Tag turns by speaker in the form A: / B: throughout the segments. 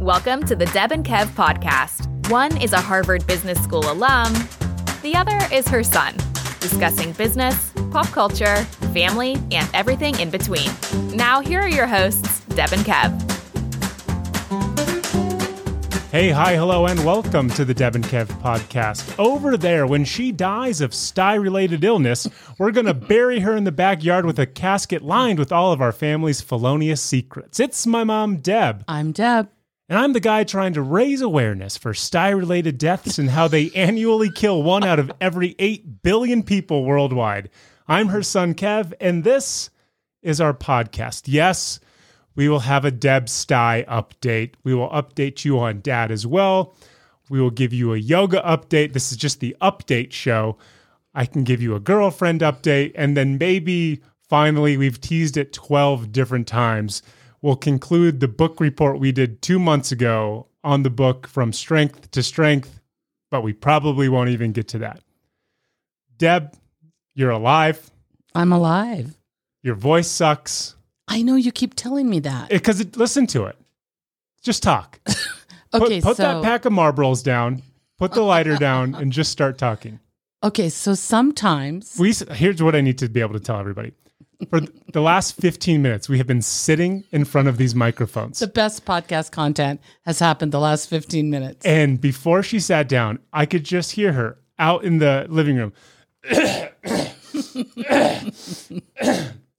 A: Welcome to the Deb and Kev podcast. One is a Harvard Business School alum, the other is her son, discussing business, pop culture, family, and everything in between. Now, here are your hosts, Deb and Kev.
B: Hey, hi, hello, and welcome to the Deb and Kev podcast. Over there, when she dies of sty related illness, we're going to bury her in the backyard with a casket lined with all of our family's felonious secrets. It's my mom, Deb,
C: I'm Deb.
B: and I'm the guy trying to raise awareness for sty related deaths and how they annually kill one out of every 8 billion people worldwide. I'm her son, Kev, and this is our podcast. Yes, we will have a Deb Sty update. We will update you on dad as well. We will give you a yoga update. This is just the update show. I can give you a girlfriend update. And then maybe finally, we've teased it 12 different times. We'll conclude the book report we did two months ago on the book From Strength to Strength, but we probably won't even get to that. Deb, you're alive.
C: I'm alive.
B: Your voice sucks.
C: I know you keep telling me that.
B: because it, listen to it. Just talk. Put-
C: Okay,
B: put,
C: so
B: that pack of Marlboros down. Put the lighter down and just start talking.
C: okay, so sometimes
B: We s- here's what I need to be able to tell everybody. For th- the last 15 minutes, we have been sitting in front of these microphones.
C: the best podcast content has happened the last 15 minutes.
B: and before she sat down, I could just hear her out in the living room.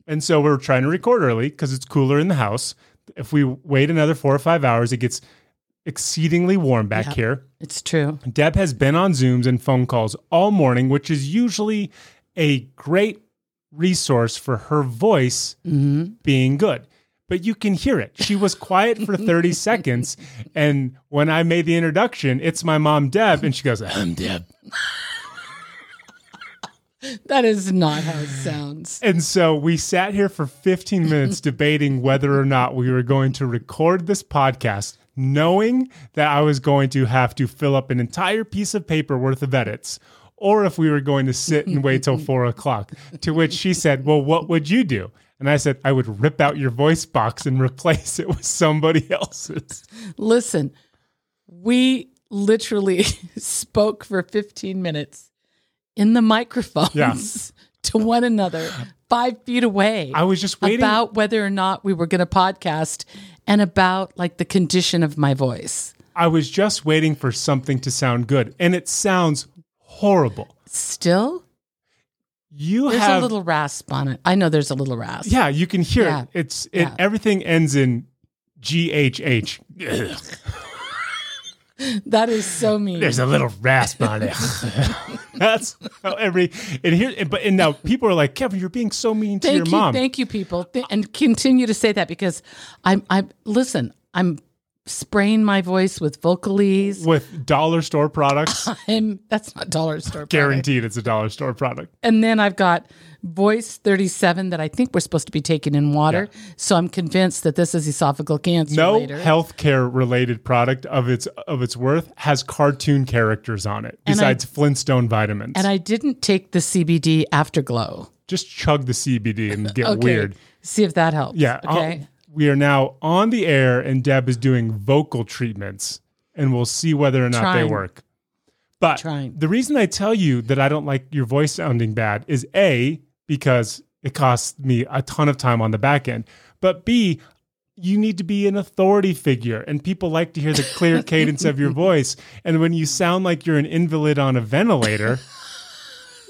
B: and so we're trying to record early because it's cooler in the house. If we wait another four or five hours, it gets exceedingly warm back here.
C: It's true.
B: Deb has been on Zooms and phone calls all morning, which is usually a great resource for her voice being good. But you can hear it. She was quiet for 30 seconds. And when I made the introduction, it's my mom, Deb. And she goes, I'm Deb.
C: That is not how it sounds.
B: And so we sat here for 15 minutes debating whether or not we were going to record this podcast, knowing that I was going to have to fill up an entire piece of paper worth of edits, or if we were going to sit and wait till four o'clock. To which she said, Well, what would you do? And I said, I would rip out your voice box and replace it with somebody else's.
C: Listen, we literally spoke for 15 minutes in the microphones
B: Yeah.
C: to one another, five feet away.
B: I was just waiting.
C: about whether or not we were going to podcast and about like the condition of my voice.
B: I was just waiting for something to sound good. And it sounds horrible.
C: Still,
B: You
C: there's
B: have
C: a little rasp on it. I know there's a little rasp.
B: Yeah, you can hear
C: Yeah.
B: it. It's it,
C: Yeah.
B: everything ends in GHH.
C: That is so mean.
B: There's a little rasp on it. That's how every and here but and now people are like, Kevin, you're being so mean to
C: thank
B: your
C: you,
B: mom.
C: thank you, people, Th- and continue to say that because I'm. I'm listen. I'm spraying my voice with Vocalese.
B: with dollar store products.
C: I'm, that's not dollar store. product.
B: Guaranteed it's a dollar store product.
C: And then I've got Voice 37 that I think we're supposed to be taking in water. So I'm convinced that this is esophageal cancer.
B: No
C: later.
B: healthcare related product of its of its worth has cartoon characters on it,
C: And I-
B: besides Flintstone vitamins.
C: And I didn't take the CBD afterglow.
B: Just chug the CBD and get
C: Okay.
B: weird.
C: See if that helps.
B: Yeah. I'll-
C: Okay.
B: we are now on the air, and Deb is doing vocal treatments, and we'll see whether or not
C: Trying.
B: they work. But
C: Trying.
B: the reason I tell you that I don't like your voice sounding bad is A, because it costs me a ton of time on the back end, but B, you need to be an authority figure, and people like to hear the clear cadence of your voice. And when you sound like you're an invalid on a ventilator,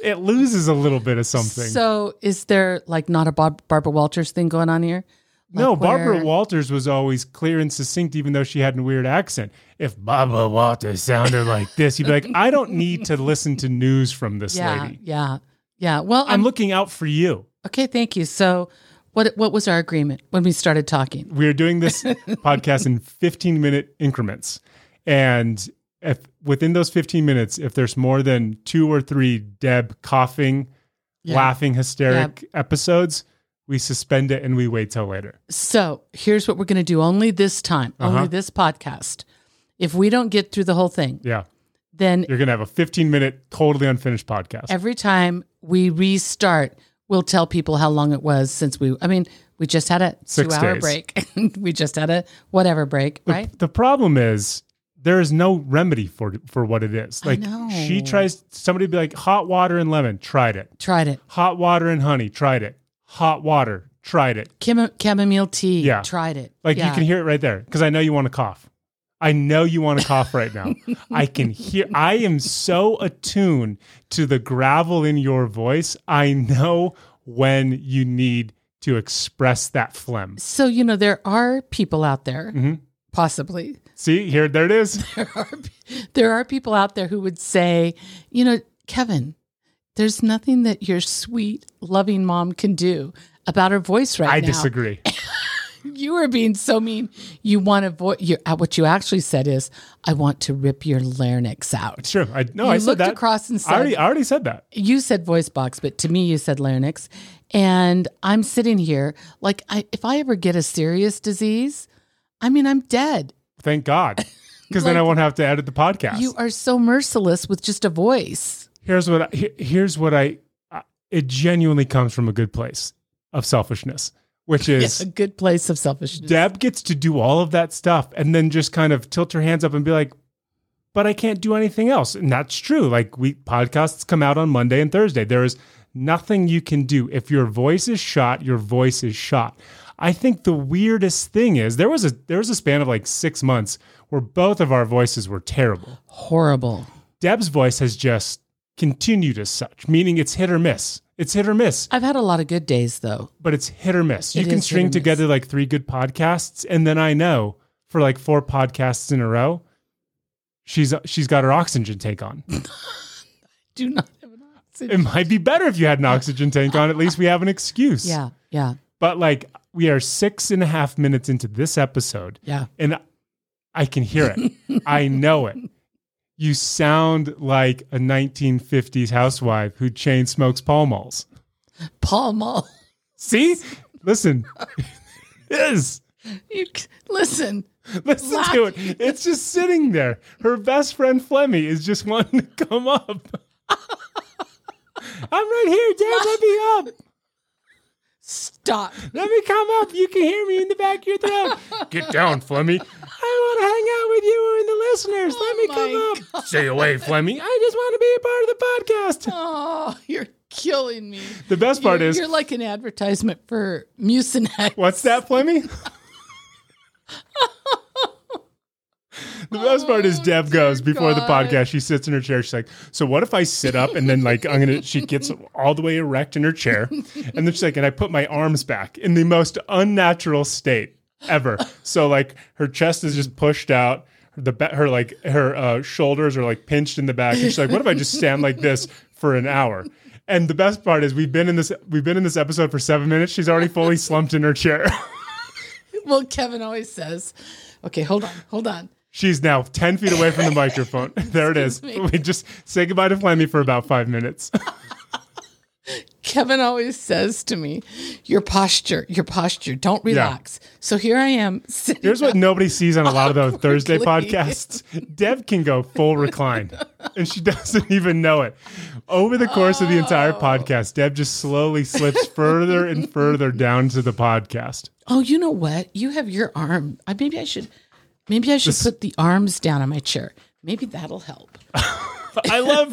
B: it loses a little bit of something.
C: So is there like not a Bob, Barbara Walters thing going on here?
B: No,
C: Like
B: Barbara
C: where-
B: Walters was always clear and succinct, even though she had a weird accent. If Barbara Walters sounded like this, you'd be like, I don't need to listen to news from this
C: Yeah,
B: lady.
C: yeah, yeah. Well, I'm,
B: I'm looking out for you.
C: okay. Thank you. So, what what was our agreement when we started talking?
B: We're doing this podcast in 15 minute increments. And if within those 15 minutes, if there's more than two or three Deb coughing,
C: Yeah.
B: laughing, hysteric episodes, we suspend it and we wait till later.
C: So here's what we're going to do. Only this time.
B: Uh-huh.
C: Only this podcast. If we don't get through the whole thing,
B: Yeah.
C: then
B: You're going to have a 15 minute, totally unfinished podcast.
C: every time we restart, we'll tell people how long it was since we. I mean, We just had a
B: Six
C: two-hour
B: days.
C: break. we just had a whatever break,
B: The-
C: right?
B: The problem is there is no remedy for for what it is. Like she
C: know.
B: tries somebody would be like hot water and lemon, tried it.
C: Tried it.
B: Hot water and honey, tried it. Hot water, tried it.
C: Chemo- chamomile tea.
B: Yeah.
C: Tried it.
B: Like you
C: Yeah.
B: can hear it right there because I know you want to cough. I know you want to cough right now. I can hear. I am so attuned to the gravel in your voice. I know when you need to express that phlegm.
C: So, you know, there are people out there, possibly,
B: See here, there it is.
C: there are, there are people out there who would say, you know, Kevin, there's nothing that your sweet, loving mom can do about her voice right
B: I
C: now.
B: disagree.
C: You are being so mean. You want to vo- you, uh, what you actually said is, I want to rip your larynx out.
B: Sure. I no.
C: you
B: I
C: looked
B: said that.
C: across and
B: I
C: said,
B: already, I already said that.
C: you said voice box, but to me, you said larynx. And I'm sitting here like, I, if I ever get a serious disease, I mean, I'm dead.
B: Thank God, because then I
C: Like-
B: won't have to edit the podcast.
C: You are so merciless with just a voice.
B: here's what I, he- here's what I, I. It genuinely comes from a good place of selfishness, which is
C: a good place of selfishness.
B: Deb gets to do all of that stuff and then just kind of tilt her hands up and be like, but I can't do anything else. And that's true. Like we podcasts come out on Monday and Thursday. There is nothing you can do. If your voice is shot, your voice is shot. I think the weirdest thing is there was a there was a span of like six months where both of our voices were terrible.
C: Horrible.
B: Deb's voice has just continued as such, meaning it's hit or miss. It's hit or miss
C: I've had a lot of good days though.
B: but it's hit or miss. You
C: It
B: can
C: is hit or
B: string
C: miss.
B: together like three good podcasts, and then I know for like four podcasts in a row, she's she's got her oxygen tank on.
C: Do not have an
B: it
C: oxygen.
B: might be better if you had an oxygen tank on. At least we have an excuse.
C: Yeah, yeah,
B: But like we are six and a half minutes into this episode,
C: yeah.
B: and I can hear it. I know it. You sound like a 1950s housewife who chain smokes Pall Malls.
C: Paul Mall.
B: See, listen, it is.
C: You c- listen.
B: Listen to it. It's just sitting there. Her best friend Flemmy is just wanting to come up. I'm right here, Dad. Let me up.
C: Stop.
B: Let me come up. You can hear me in the back of your throat. Get down, Flemmy. I want to hang out with you and the listeners. Let me
C: Oh
B: come up. Stay away, Flemmy. I just want to be a part of the podcast.
C: Oh, you're killing me.
B: The best part
C: you're,
B: is,
C: you're like an advertisement for Mucinex.
B: what's that, Flemmy? The best part is Deb goes before the
C: God.
B: podcast. She sits in her chair. She's like, "So what if I sit up and then like I'm gonna?" She gets all the way erect in her chair, and then she's like, "And I put my arms back in the most unnatural state ever." So like her chest is just pushed out. The ba- her like her uh, shoulders are like pinched in the back. And she's like, "What if I just stand like this for an hour?" And the best part is we've been in this we've been in this episode for seven minutes. She's already fully slumped in her chair.
C: Well, Kevin always says, okay, hold on, hold on.
B: She's now 10 feet away from the microphone. There it is.
C: Excuse me.
B: We just say goodbye to Flemmy for about five minutes.
C: Kevin always says to me, your posture, your posture, don't relax. So here I am sitting
B: Here's what nobody sees on a lot of those Thursday
C: Awkwardly.
B: podcasts Deb can go full recline, and she doesn't even know it. Over the course of the entire
C: Oh.
B: podcast, Deb just slowly slips further and further down to the podcast.
C: Oh, you know what? You have your arm. I maybe I should maybe I should put the arms down on my chair. Maybe that'll help.
B: I love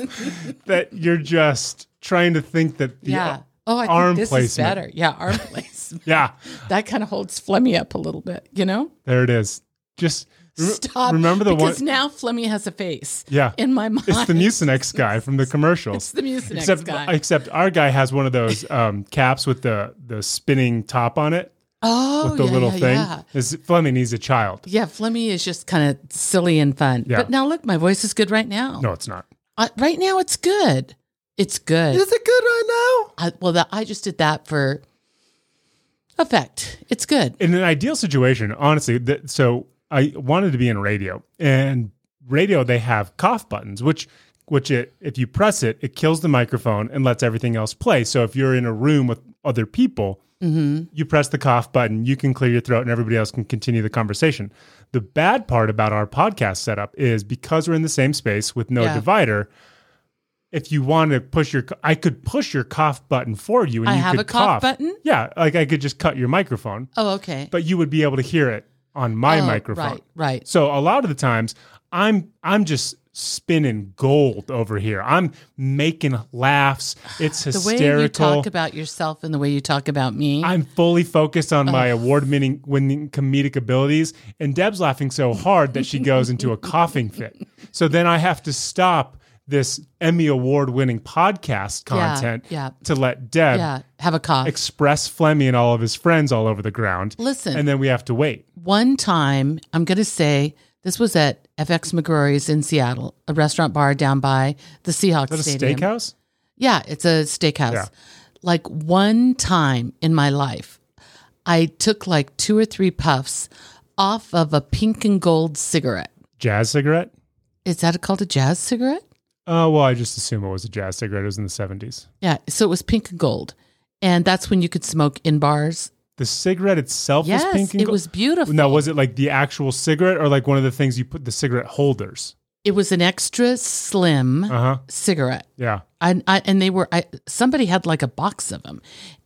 B: that you're just trying to think that the
C: Yeah. Oh, I
B: arm
C: think this is
B: placement.
C: better. Yeah, arm placement.
B: Yeah,
C: that kind of holds Flemmy up a little bit, you know?
B: there it is. Just rem-
C: Stop.
B: remember the one.
C: because now Flemmy has a face.
B: Yeah.
C: In my mind.
B: It's the Mucinex guy from the commercials. It's
C: the Mucinex
B: except,
C: guy.
B: Except our guy has one of those um, caps with the the spinning top on it,
C: oh,
B: with the
C: yeah,
B: little
C: yeah,
B: thing.
C: Yeah.
B: Is Fleming? He's a child.
C: Yeah, Flemmy is just kind of silly and fun.
B: Yeah.
C: But now look, my voice is good right now.
B: No, it's not.
C: Uh, right now it's good. It's good.
B: it good right now?
C: I, well, that I just did that for effect. It's good.
B: In an ideal situation, honestly. Th- so I wanted to be in radio, and radio they have cough buttons, which which it if you press it, it kills the microphone and lets everything else play. So if you're in a room with other people,
C: Mm-hmm.
B: you press the cough button, you can clear your throat, and everybody else can continue the conversation. The bad part about our podcast setup is because we're in the same space with no
C: Yeah.
B: divider, if you want to push your, I could push your cough button for you, and
C: I
B: you
C: have
B: could
C: a
B: cough
C: cough button?
B: Yeah, like I could just cut your microphone,
C: Oh, okay.
B: but you would be able to hear it on my
C: Oh,
B: microphone.
C: Right, right.
B: So a lot of the times I'm I'm just spinning gold over here. I'm making laughs. It's
C: The way you
B: hysterical.
C: talk about yourself and the way you talk about me.
B: I'm fully focused on my award-winning winning comedic abilities and Deb's laughing so hard that she goes into a coughing fit. So then I have to stop this Emmy award-winning podcast
C: Yeah,
B: content
C: yeah.
B: to let Deb
C: yeah, have a cough.
B: express Flemmy and all of his friends all over the ground.
C: Listen.
B: And then we have to wait.
C: one time, I'm going to say this was at FX McGrory's in Seattle, a restaurant bar down by the Seahawks
B: Is that a
C: Stadium.
B: steakhouse?
C: Yeah, it's a steakhouse.
B: Yeah.
C: Like one time in my life, I took like two or three puffs off of a pink and gold cigarette.
B: Jazz cigarette?
C: Is that called a jazz cigarette?
B: Uh, well, I just assume it was a jazz cigarette. It was in the 70s.
C: Yeah. So it was pink and gold. And that's when you could smoke in bars.
B: The cigarette itself was
C: yes,
B: pink and
C: it
B: gold?
C: was beautiful.
B: Now, was it like the actual cigarette or like one of the things you put the cigarette holders?
C: It was an extra slim
B: Uh huh.
C: cigarette.
B: Yeah.
C: I, I, and they were I, somebody had like a box of them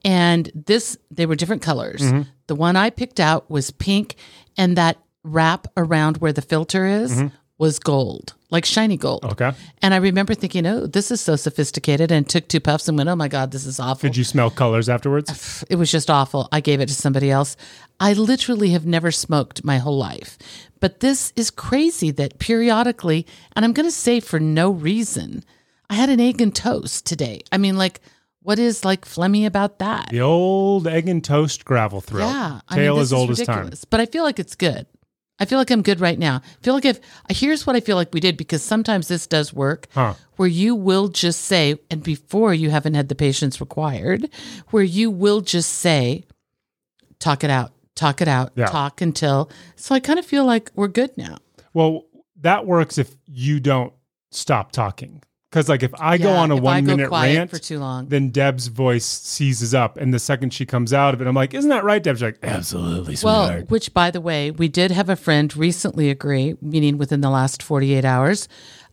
C: and this they were different colors
B: Mm-hmm.
C: the one i picked out was pink and that wrap around where the filter is
B: Mm-hmm.
C: was gold like shiny gold
B: Okay.
C: and i remember thinking oh this is so sophisticated and took two puffs and went oh my god this is awful
B: Did you smell colors afterwards?
C: it was just awful i gave it to somebody else i literally have never smoked my whole life but this is crazy that periodically and i'm going to say for no reason i had an egg and toast today i mean like what is like phlegmy about that
B: The old egg and toast gravel thrill.
C: yeah I mean,
B: Tale
C: this
B: as old
C: is
B: as time.
C: ridiculous, but i feel like it's good i feel like i'm good right now i feel like if here's what i feel like we did because sometimes this does work
B: Huh.
C: where you will just say, and before you haven't had the patience required, where you will just say, talk it out, talk it out,
B: Yeah.
C: talk until. So I kind of feel like we're good now.
B: Well, that works if you don't stop talking. Because, like, if I go
C: Yeah,
B: on a
C: if I
B: one
C: go
B: minute
C: quiet
B: rant
C: for too long.
B: then Deb's voice seizes up. And the second she comes out of it, I'm like, Isn't that right, Deb? She's like, Absolutely,
C: Well,
B: sweetheart.
C: which by the way, we did have a friend recently agree, meaning within the last 48 hours,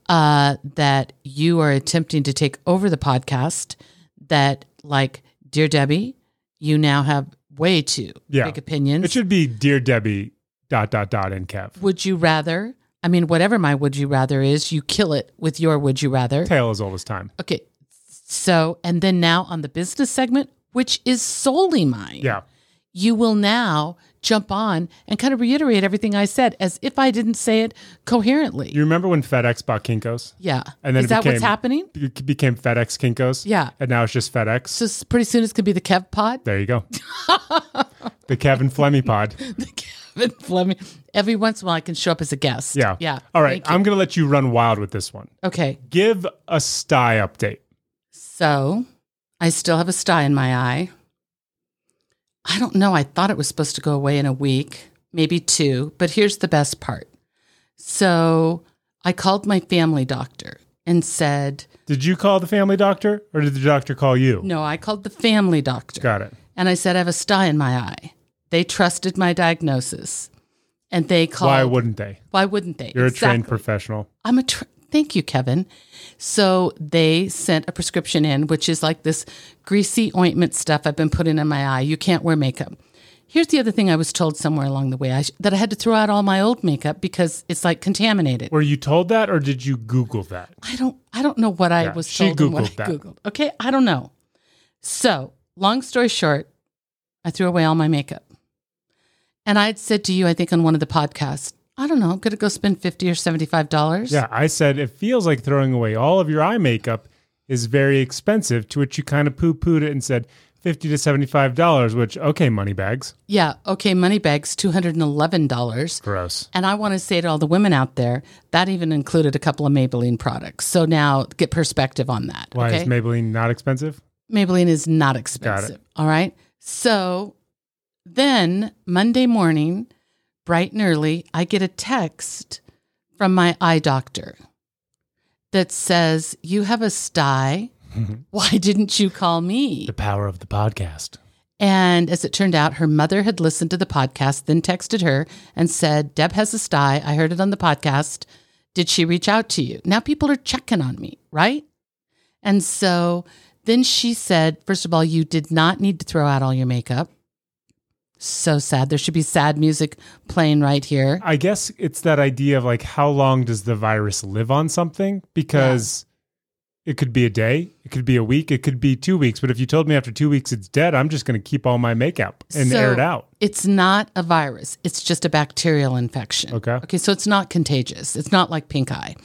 C: uh, that you are attempting to take over the podcast. That, like, dear Debbie, you now have way too
B: Yeah.
C: big opinions.
B: it should be Dear Debbie, dot, dot, dot, and Kev.
C: would you rather? I mean, whatever my would you rather is, you kill it with your would you rather.
B: Tale as old as time.
C: Okay. So, and then now on the business segment, which is solely mine,
B: Yeah.
C: you will now jump on and kind of reiterate everything I said as if I didn't say it coherently.
B: You remember when FedEx bought Kinkos?
C: yeah.
B: And then
C: is
B: it
C: that
B: became-
C: what's happening?
B: It became FedEx Kinkos.
C: Yeah.
B: And now it's just FedEx.
C: So s- pretty soon it's going to be the Kev pod.
B: there you go. the Kevin Flemmy pod.
C: Kevin Fleming. Every once in a while I can show up as a guest.
B: Yeah.
C: Yeah.
B: All right.
C: Thank you.
B: I'm going to let you run wild with this one.
C: Okay.
B: Give a sty update.
C: So I still have a sty in my eye. I don't know. I thought it was supposed to go away in a week, maybe two, but here's the best part. So I called my family doctor and said,
B: Did you call the family doctor or did the doctor call you?
C: No, I called the family doctor.
B: Got it.
C: And I said, I have a sty in my eye. They trusted my diagnosis and they called.
B: Why wouldn't they?
C: why wouldn't they?
B: You're a trained
C: Exactly.
B: professional.
C: I'm a. Tr- Thank you, Kevin. So they sent a prescription in, which is like this greasy ointment stuff I've been putting in my eye. You can't wear makeup. Here's the other thing I was told somewhere along the way I sh- that I had to throw out all my old makeup because it's like contaminated.
B: Were you told that or did you Google that?
C: I don't I don't know what I
B: Yeah,
C: was
B: she
C: told and what
B: Googled
C: I
B: that.
C: googled. Okay, I don't know. So, long story short, I threw away all my makeup. And I had said to you, I think on one of the podcasts, I don't know, I'm going to go spend 50 or 75 dollars.
B: Yeah. I said it feels like throwing away all of your eye makeup is very expensive, to which you kind of poo pooed it and said 50 to $75, which, okay, money bags.
C: Yeah. Okay. Moneybags, $211.
B: Gross.
C: And I want to say to all the women out there, that even included a couple of Maybelline products. So now get perspective on that.
B: Why
C: okay?
B: is Maybelline not expensive?
C: Maybelline is not expensive. All right. So then Monday morning, bright and early, I get a text from my eye doctor that says, You have a sty. Why didn't you call me?
B: The power of the podcast.
C: And as it turned out, her mother had listened to the podcast, then texted her and said, Deb has a sty. I heard it on the podcast. Did she reach out to you? Now people are checking on me, right? And so then she said, first of all, you did not need to throw out all your makeup. So sad. There should be sad music playing right here.
B: I guess it's that idea of like how long does the virus live on something? Because it could be a day, it could be a week, it could be two weeks. But if you told me after two weeks it's dead, I'm just going to keep all my makeup and air
C: So
B: it out.
C: It's not a virus. It's just a bacterial infection.
B: Okay.
C: Okay. So it's not contagious. It's not like pink eye.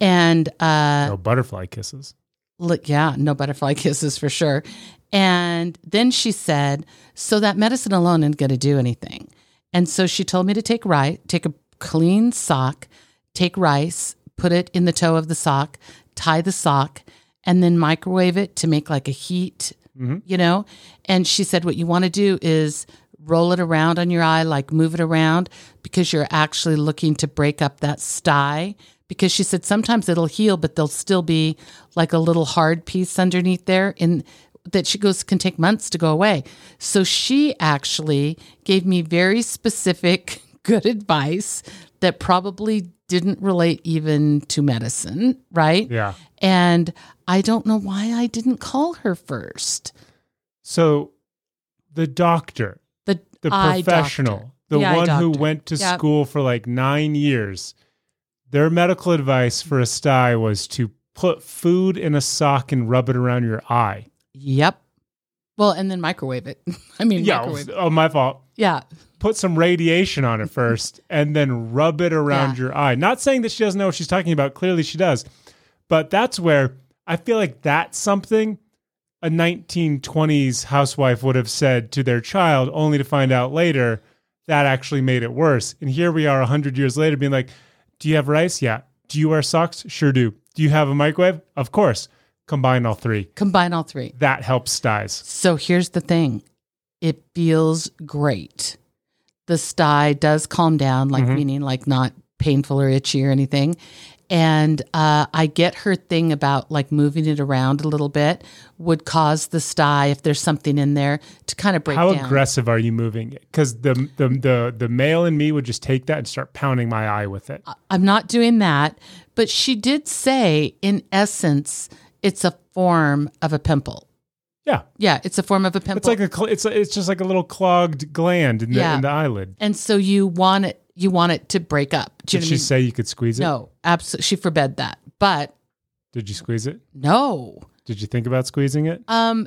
C: And uh,
B: No butterfly kisses.
C: look, yeah, no butterfly kisses for sure. And then she said, so that medicine alone isn't going to do anything. And so she told me to take rice, take a clean sock, take rice, put it in the toe of the sock, tie the sock, and then microwave it to make like a heat, you know? And she said, what you want to do is roll it around on your eye, like move it around because you're actually looking to break up that sty. Because she said sometimes it'll heal, but there'll still be like a little hard piece underneath there in that she goes can take months to go away. So she actually gave me very specific good advice that probably didn't relate even to medicine, right?
B: Yeah.
C: And I don't know why I didn't call her first.
B: So the doctor,
C: The,
B: the
C: eye
B: professional,
C: doctor.
B: the
C: eye
B: one who
C: doctor.
B: went to
C: Yep.
B: school for like nine years, their medical advice for a sty was to put food in a sock and rub it around your eye.
C: Yep. Well, and then microwave it. I mean,
B: Yeah.
C: microwave. it.
B: Oh, my fault.
C: Yeah.
B: Put some radiation on it first and then rub it around
C: Yeah.
B: your eye. Not saying that she doesn't know what she's talking about. Clearly she does. But that's where I feel like that's something a 1920s housewife would have said to their child, only to find out later that actually made it worse. And here we are 100 years later being like, do you have rice? Yeah. Do you wear socks? Sure do. Do you have a microwave? Of course. Combine all three.
C: Combine all three.
B: That helps styes.
C: So here's the thing it feels great. The sty does calm down, like
B: Mm-hmm.
C: meaning like not painful or itchy or anything. And uh, I get her thing about like moving it around a little bit would cause the sty, if there's something in there, to kind of break
B: How
C: down.
B: aggressive are you moving it? Because the, the the the male in me would just take that and start pounding my eye with it.
C: I'm not doing that. But she did say, in essence, it's a form of a pimple.
B: Yeah,
C: Yeah, it's a form of a pimple.
B: it's like a cl- it's a, it's just like a little clogged gland in the
C: Yeah.
B: in the eyelid.
C: and so you want it, you want it to break up. Do
B: Did
C: you know what I
B: she
C: mean?
B: say you could squeeze it?
C: No, absolutely. She forbade that. But
B: Did you squeeze it?
C: no.
B: Did you think about squeezing it?
C: Um,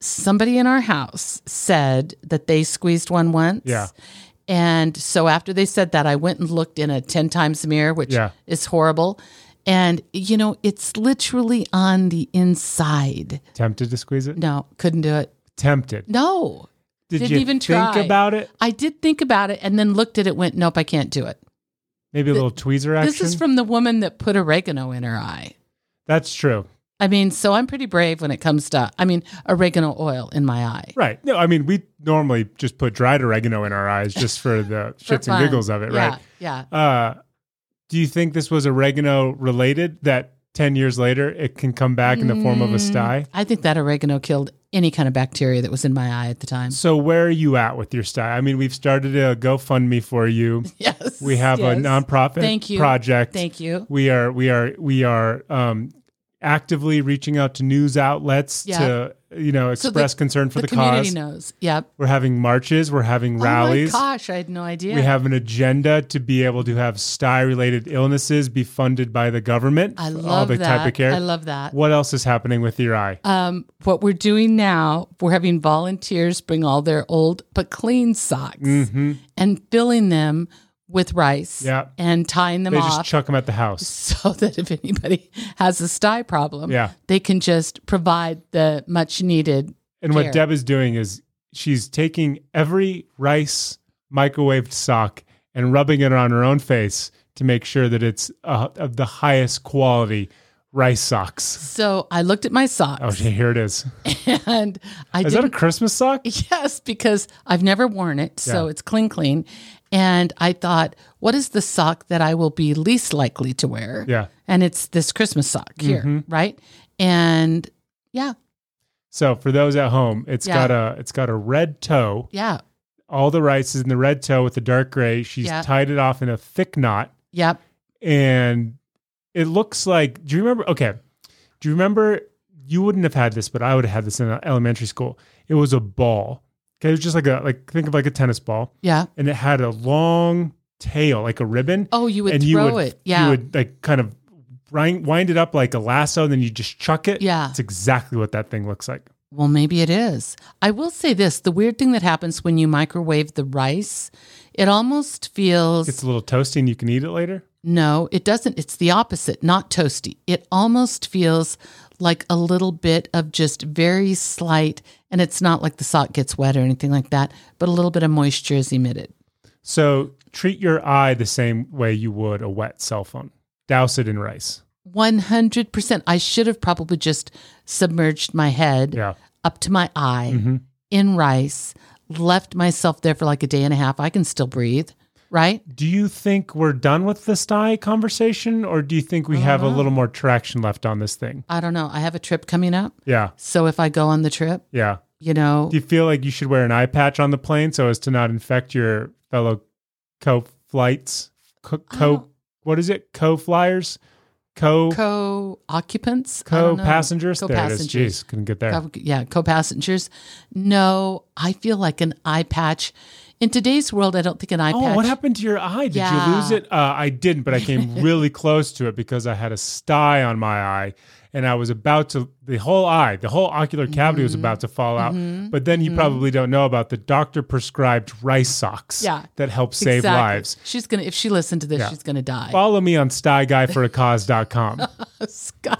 C: somebody in our house said that they squeezed one once.
B: Yeah.
C: And so after they said that, I went and looked in a 10 times mirror, which
B: Yeah.
C: is horrible. And, you know, it's literally on the inside.
B: Tempted to squeeze it?
C: No, couldn't do it.
B: Tempted.
C: No.
B: Did
C: Didn't
B: you
C: even
B: think
C: try.
B: about it?
C: I did think about it and then looked at it, went, nope, I can't do it.
B: Maybe a little tweezer action.
C: This is from the woman that put oregano in her eye.
B: That's true.
C: I mean, so I'm pretty brave when it comes to, I mean, oregano oil in my eye.
B: Right. No, I mean we normally just put dried oregano in our eyes just for the
C: for
B: shits
C: fun.
B: and giggles of it,
C: Yeah,
B: right?
C: Yeah.
B: Uh, do you think this was oregano related that 10 years later it can come back in the form
C: Mm.
B: of a sty?
C: I think that oregano killed any kind of bacteria that was in my eye at the time.
B: So, where are you at with your sty? I mean, we've started a GoFundMe for you.
C: Yes.
B: We have a
C: yes.
B: nonprofit
C: Thank you.
B: project.
C: Thank you.
B: We are, we are, we are, um, actively reaching out to news outlets
C: Yeah.
B: to you know
C: So the-
B: express concern for the,
C: community
B: cause
C: knows. Yep.
B: we're having marches we're having rallies
C: Oh my gosh, I had no idea.
B: we have an agenda to be able to have sty related illnesses be funded by the government
C: I
B: for
C: love
B: all the
C: that.
B: type of care
C: I love that.
B: what else is happening with your eye?
C: Um, what we're doing now, we're having volunteers bring all their old but clean socks and filling them with rice
B: Mm-hmm. Yeah.
C: and tying them
B: they
C: off.
B: just chuck them at the house.
C: so that if anybody has a sty problem,
B: Yeah.
C: they can just provide the much needed.
B: And
C: Fair.
B: what Deb is doing is she's taking every rice microwaved sock and rubbing it on her own face to make sure that it's uh, of the highest quality rice socks.
C: So I looked at my socks
B: Oh, here it is.
C: and I
B: Is that a
C: didn't.
B: Christmas sock?
C: yes, because I've never worn it, so
B: Yeah.
C: it's clean, clean. And I thought, what is the sock that I will be least likely to wear?
B: Yeah. Mm-hmm.
C: And it's this Christmas sock here, right? And yeah,
B: So for those at home, it's
C: Yeah.
B: got a it's got a red toe.
C: yeah,
B: All the rice is in the red toe with the dark gray. She's
C: Yeah.
B: tied it off in a thick knot.
C: yep.
B: and it looks like do you remember okay do you remember you wouldn't have had this, but I would have had this in elementary school. It was a ball. Okay, it was just like a like think of like a tennis ball,
C: Yeah.
B: and it had a long tail like a ribbon.
C: Oh, you would
B: and
C: throw
B: you would
C: it. Yeah.
B: you would like kind of wind, wind it up like a lasso, and then you just chuck it.
C: Yeah.
B: it's exactly what that thing looks like.
C: Well, maybe it is. I will say this the weird thing that happens when you microwave the rice, it almost feels
B: It's a little toasty, and you can eat it later.
C: no, it doesn't. It's the opposite, not toasty. It almost feels like a little bit of just very slight, and it's not like the sock gets wet or anything like that, but a little bit of moisture is emitted.
B: So treat your eye the same way you would a wet cell phone. Douse it in rice.
C: 100%. I should have probably just submerged my head
B: Yeah. Mm-hmm.
C: up to my eye in rice, left myself there for like a day and a half. I can still breathe, right?
B: Do you think we're done with this dye conversation, or do you think we have a little more traction left on this thing?
C: I don't know. I have a trip coming up.
B: Yeah,
C: So if I go on the trip,
B: yeah.
C: you know,
B: Do you feel like you should wear an eye patch on the plane so as to not infect your fellow co-flights, co, co what is it? Co-flyers, co
C: co occupants,
B: co-passengers. There it is. Jeez, couldn't get there.
C: yeah, co passengers. No, I feel like an eye patch. In today's world, I don't think an eye
B: Oh,
C: patch.
B: what happened to your eye? Did you
C: Yeah.
B: lose it? Uh, I didn't, but I came really close to it because I had a sty on my eye and I was about to, the whole eye, the whole ocular cavity was
C: Mm-hmm.
B: about to fall out. But then you probably don't know about the doctor prescribed rice socks
C: Yeah.
B: that help save
C: Exactly.
B: lives.
C: She's gonna if she listened to this, she's gonna die.
B: Follow me on styguyforacause.com.
C: Sky,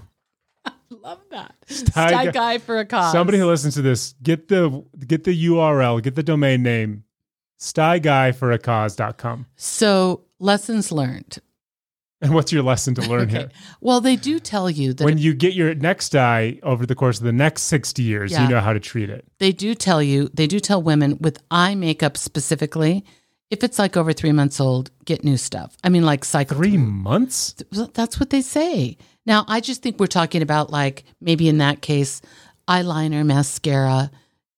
C: I love that. Sky,
B: guy-
C: guy for a cause.
B: Somebody who listens to this, get the get the URL, get the domain name, styguyforacause.com.
C: So lessons learned.
B: And what's your lesson to learn here?
C: Well, they do tell you that
B: when you get your next eye over the course of the next 60 years,
C: Yeah.
B: you know how to treat it.
C: they do tell you they do tell women with eye makeup specifically if it's like over three months old get new stuff i mean like cycle
B: Three months?
C: that's what they say now i just think we're talking about like maybe in that case eyeliner mascara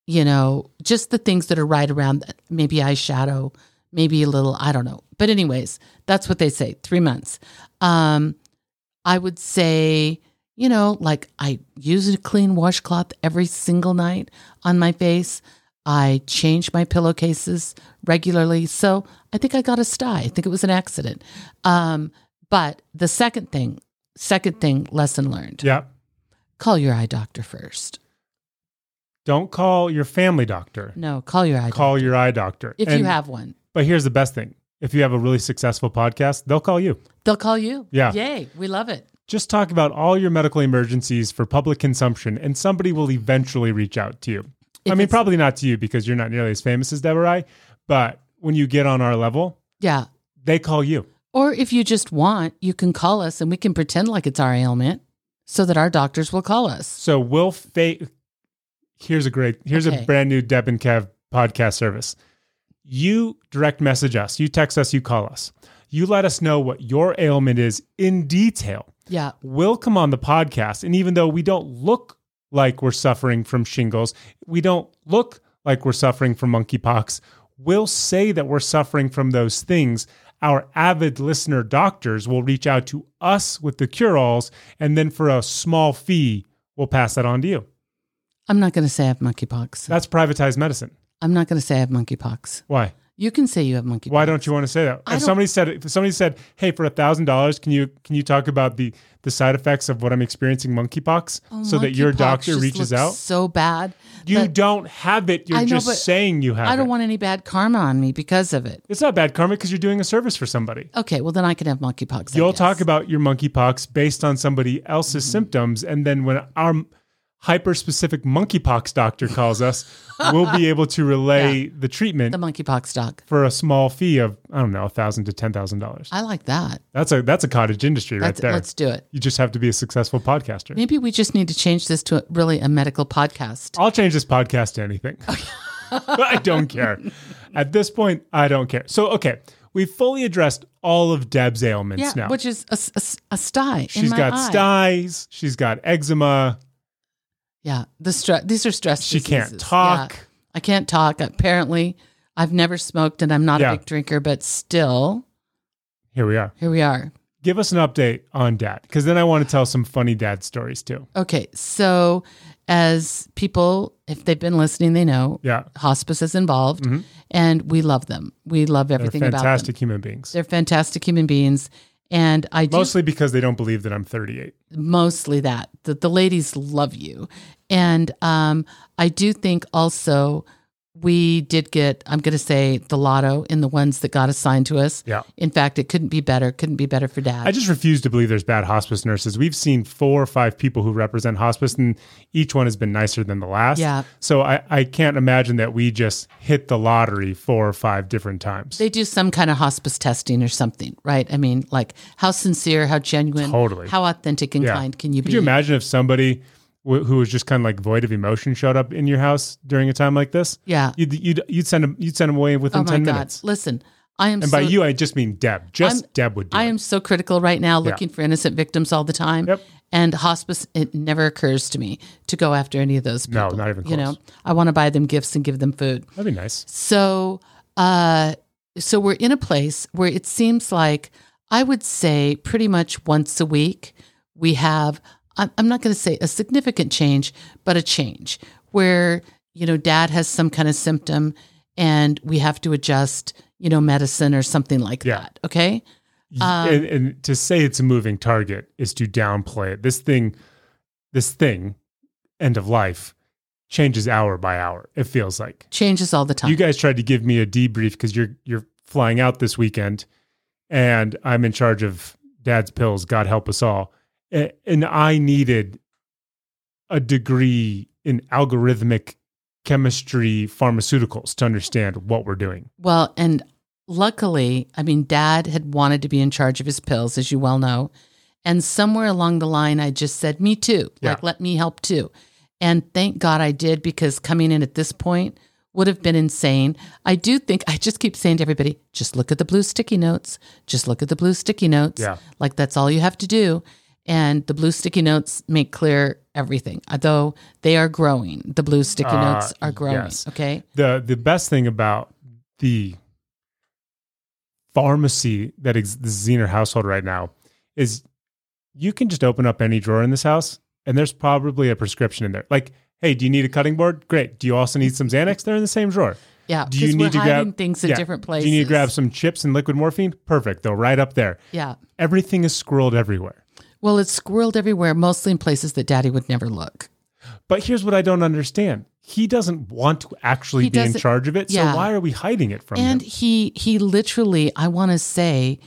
C: you know just the things that are right around that. maybe eyeshadow maybe a little i don't know but anyways that's what they say three months um i would say you know like i use a clean washcloth every single night on my face i change my pillowcases regularly so i think i got a sty i think it was an accident um but the second thing second thing lesson learned
B: Yeah.
C: call your eye doctor first
B: Don't call your family doctor.
C: no call your eye
B: Call your eye doctor.
C: doctor if you
B: And-
C: have one
B: But here's the best thing if you have a really successful podcast, they'll call you.
C: They'll call you.
B: Yeah.
C: Yay. We love it.
B: Just talk about all your medical emergencies for public consumption, and somebody will eventually reach out to you.
C: If
B: I mean,
C: it's-
B: probably not to you because you're not nearly as famous as Deborah, but when you get on our level,
C: Yeah.
B: they call you.
C: Or if you just want, you can call us and we can pretend like it's our ailment so that our doctors will call us.
B: So we'll fake. Here's a great. Here's
C: Okay.
B: a brand new Deb and Kev podcast service. You direct message us. You text us. You call us. You let us know what your ailment is in detail.
C: Yeah.
B: We'll come on the podcast, and even though we don't look like we're suffering from shingles, we don't look like we're suffering from monkeypox. We'll say that we're suffering from those things. Our avid listener doctors will reach out to us with the cure alls, and then for a small fee, we'll pass that on to you.
C: I'm not going to say I have monkeypox.
B: That's privatized medicine.
C: I'm not going to say I have monkeypox.
B: Why?
C: You can say you have monkeypox.
B: Why don't you want to say that?
C: I
B: If
C: don't-
B: somebody said, if somebody said, "Hey, for a thousand dollars, can you can you talk about the the side effects of what I'm experiencing, monkeypox,
C: Oh,
B: so that your
C: monkeypox
B: doctor
C: just
B: reaches
C: looks
B: out?"
C: So bad.
B: You
C: that
B: don't have it. You're
C: I know, but
B: just saying you have
C: I don't
B: it.
C: want any bad karma on me because of it.
B: it's not bad karma because you're doing a service for somebody.
C: Okay. Well, then I can have monkeypox. I
B: You'll
C: guess.
B: talk about your monkeypox based on somebody else's
C: Mm-hmm.
B: symptoms, and then when our hyper specific monkeypox doctor calls us, we'll be able to relay the treatment
C: the monkeypox doc.
B: for a small fee of I don't know, a thousand to ten thousand dollars.
C: I like that.
B: That's a that's a cottage industry right
C: That's,
B: there.
C: Let's do it.
B: You just have to be a successful podcaster.
C: Maybe we just need to change this to a, really a medical podcast.
B: I'll change this podcast to anything. I don't care. At this point, I don't care. So, okay, we've fully addressed all of Deb's ailments
C: Yeah,
B: now.
C: which is a, s- a s- a sty. in
B: she's
C: my
B: got
C: eye.
B: styes, she's got eczema,
C: Yeah, the stress. These are stress.
B: she can't
C: diseases.
B: talk.
C: Yeah. I can't talk. Apparently, I've never smoked, and I'm not
B: Yeah.
C: a big drinker. But still,
B: Here we are.
C: here we are.
B: Give us an update on dad, because then I want to tell some funny dad stories too.
C: Okay, so as people, if they've been listening, they know
B: Yeah. Mm-hmm.
C: hospice is involved, and we love them. We love
B: They're
C: everything about them.
B: fantastic human beings.
C: They're fantastic human beings, and I do
B: Mostly because they don't believe that I'm 38.
C: mostly that that the ladies love you and um i do think also we did get i'm going to say the lotto in the ones that got assigned to us
B: Yeah.
C: in fact it couldn't be better couldn't be better for dad
B: I just refuse to believe there's bad hospice nurses. We've seen four or five people who represent hospice, and each one has been nicer than the last.
C: Yeah.
B: So I, I can't imagine that we just hit the lottery four or five different times.
C: they do some kind of hospice testing or something right i mean like how sincere how genuine
B: Totally.
C: how authentic and kind can you
B: Could
C: be
B: you imagine if somebody w- who was just kind of like void of emotion showed up in your house during a time like this?
C: yeah
B: You'd, you'd, you'd send them you'd send them away within
C: oh my
B: ten
C: god
B: minutes.
C: listen i am
B: And
C: so
B: by you, I just mean Deb. Just
C: I'm-
B: Deb would do.
C: I
B: it.
C: am so critical right now, looking for innocent victims all the time.
B: Yep.
C: And hospice, it never occurs to me to go after any of those
B: No,
C: people.
B: not even
C: You
B: close.
C: know, I want to buy them gifts and give them food.
B: That'd be nice.
C: So, uh, so we're in a place where it seems like I would say pretty much once a week we have. I'm I'm not going to say a significant change, but a change where you know Dad has some kind of symptom, and we have to adjust, you know, medicine or something like
B: Yeah.
C: that. Okay.
B: and, and to say it's a moving target is to downplay it. This thing, this thing, end of life changes hour by hour. It feels like
C: Changes all the time.
B: you guys tried to give me a debrief because you're you're flying out this weekend, and I'm in charge of Dad's pills. God help us all. A- And I needed a degree in algorithmic chemistry pharmaceuticals to understand what we're doing.
C: Well, and luckily, I mean, dad had wanted to be in charge of his pills, as you well know. And somewhere along the line, I just said, Me too.
B: Yeah.
C: Like, let me help too. And thank God I did because coming in at this point would have been insane. I do think I just keep saying to everybody, just look at the blue sticky notes. Just look at the blue sticky notes.
B: Yeah.
C: Like, that's all you have to do. And the blue sticky notes make clear everything, although they are growing. The blue sticky
B: Uh,
C: notes are growing.
B: yes.
C: Okay.
B: the the best thing about the pharmacy that ex- this is in your household right now is you can just open up any drawer in this house and there's probably a prescription in there. Like, hey, do you need a cutting board? Great. Do you also need some Xanax? They're in the same drawer.
C: Yeah.
B: Do you
C: Uh, 'cause we're
B: need to
C: hiding
B: grab-
C: things at
B: Yeah.
C: different
B: Do
C: places?
B: you need to grab some chips and liquid morphine? Perfect. They're right up there.
C: Yeah.
B: Everything is squirreled everywhere.
C: Well, it's squirreled everywhere, mostly in places that daddy would never look.
B: But here's what I don't understand. He doesn't want to actually
C: He
B: be in
C: doesn't-
B: charge of it.
C: yeah.
B: So why are we hiding it from
C: And
B: him?
C: he he literally, I want to say,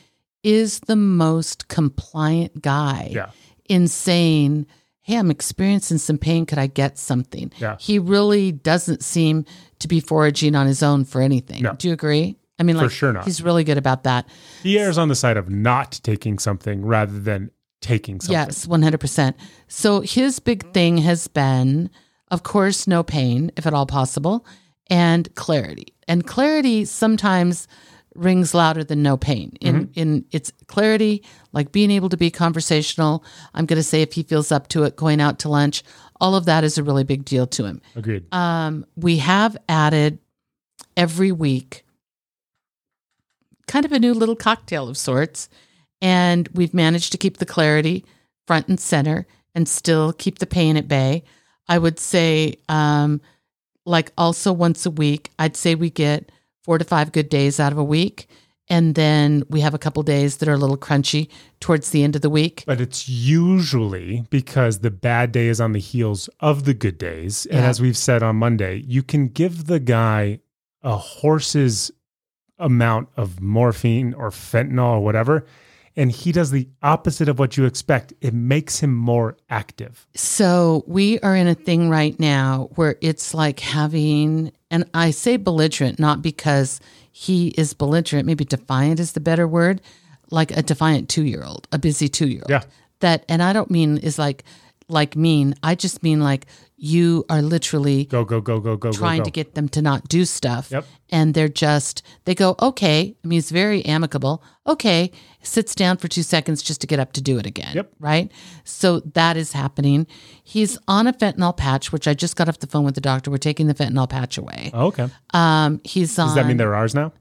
C: is the most compliant guy
B: Yeah.
C: in saying, "Hey, I'm experiencing some pain. Could I get something?"
B: Yeah.
C: He really doesn't seem to be foraging on his own for anything.
B: No.
C: Do you agree? I mean,
B: For
C: like,
B: sure not.
C: he's really good about that.
B: He errs on the side of not taking something rather than taking something.
C: Yes, 100%. So his big thing has been, of course, no pain, if at all possible, and clarity. And clarity sometimes rings louder than no pain. In
B: Mm-hmm.
C: in it's clarity, like being able to be conversational. I'm going to say if he feels up to it, going out to lunch, all of that is a really big deal to him.
B: Agreed.
C: Um, we have added every week kind of a new little cocktail of sorts. And we've managed to keep the clarity front and center and still keep the pain at bay. I would say, um, like, also once a week, I'd say we get four to five good days out of a week. And then we have a couple days that are a little crunchy towards the end of the week.
B: But it's usually because the bad day is on the heels of the good days. And
C: Yeah.
B: as we've said on Monday, you can give the guy a horse's amount of morphine or fentanyl or whatever, and he does the opposite of what you expect. It makes him more active.
C: So we are in a thing right now where it's like having, and I say belligerent, not because he is belligerent, maybe defiant is the better word, like a defiant two year old, a busy two year old.
B: Yeah.
C: That, and I don't mean is like, like mean. I just mean like you are literally
B: Go, go, go, go, go,
C: trying
B: go, go.
C: to get them to not do stuff.
B: Yep.
C: And they're just, they go, okay. I mean, it's very amicable. Okay. Sits down for two seconds just to get up to do it again.
B: Yep.
C: Right. So that is happening. He's on a fentanyl patch, which I just got off the phone with the doctor. We're taking the fentanyl patch away.
B: oh, okay.
C: Um, he's on.
B: Does that mean they're ours now?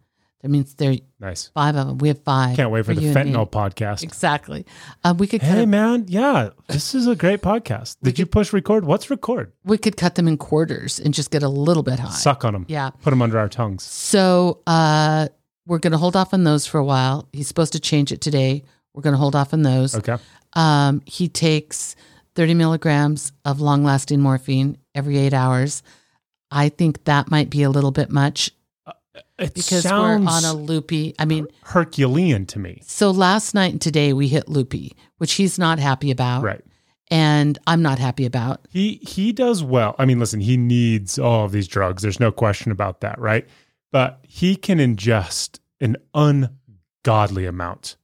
C: That means there
B: Nice.
C: five of them. We have five.
B: Can't wait for, the
C: you and me.
B: fentanyl podcast.
C: Exactly. Uh, we could cut
B: Hey
C: it-
B: man, yeah, this is a great podcast. Did you push record? What's record?
C: we could cut them in quarters and just get a little bit high.
B: Suck on them.
C: Yeah.
B: Put them under our tongues.
C: So uh, we're going to hold off on those for a while. He's supposed to change it today. We're going to hold off on those.
B: Okay.
C: Um, he takes 30 milligrams of long lasting morphine every eight hours. I think that might be a little bit much
B: It
C: because
B: sounds
C: we're on a loopy. I mean,
B: Herculean to me.
C: so last night and today we hit loopy, which he's not happy about.
B: Right.
C: And I'm not happy about.
B: He he does well. I mean, listen, he needs all of these drugs. There's no question about that, right? But he can ingest an ungodly amount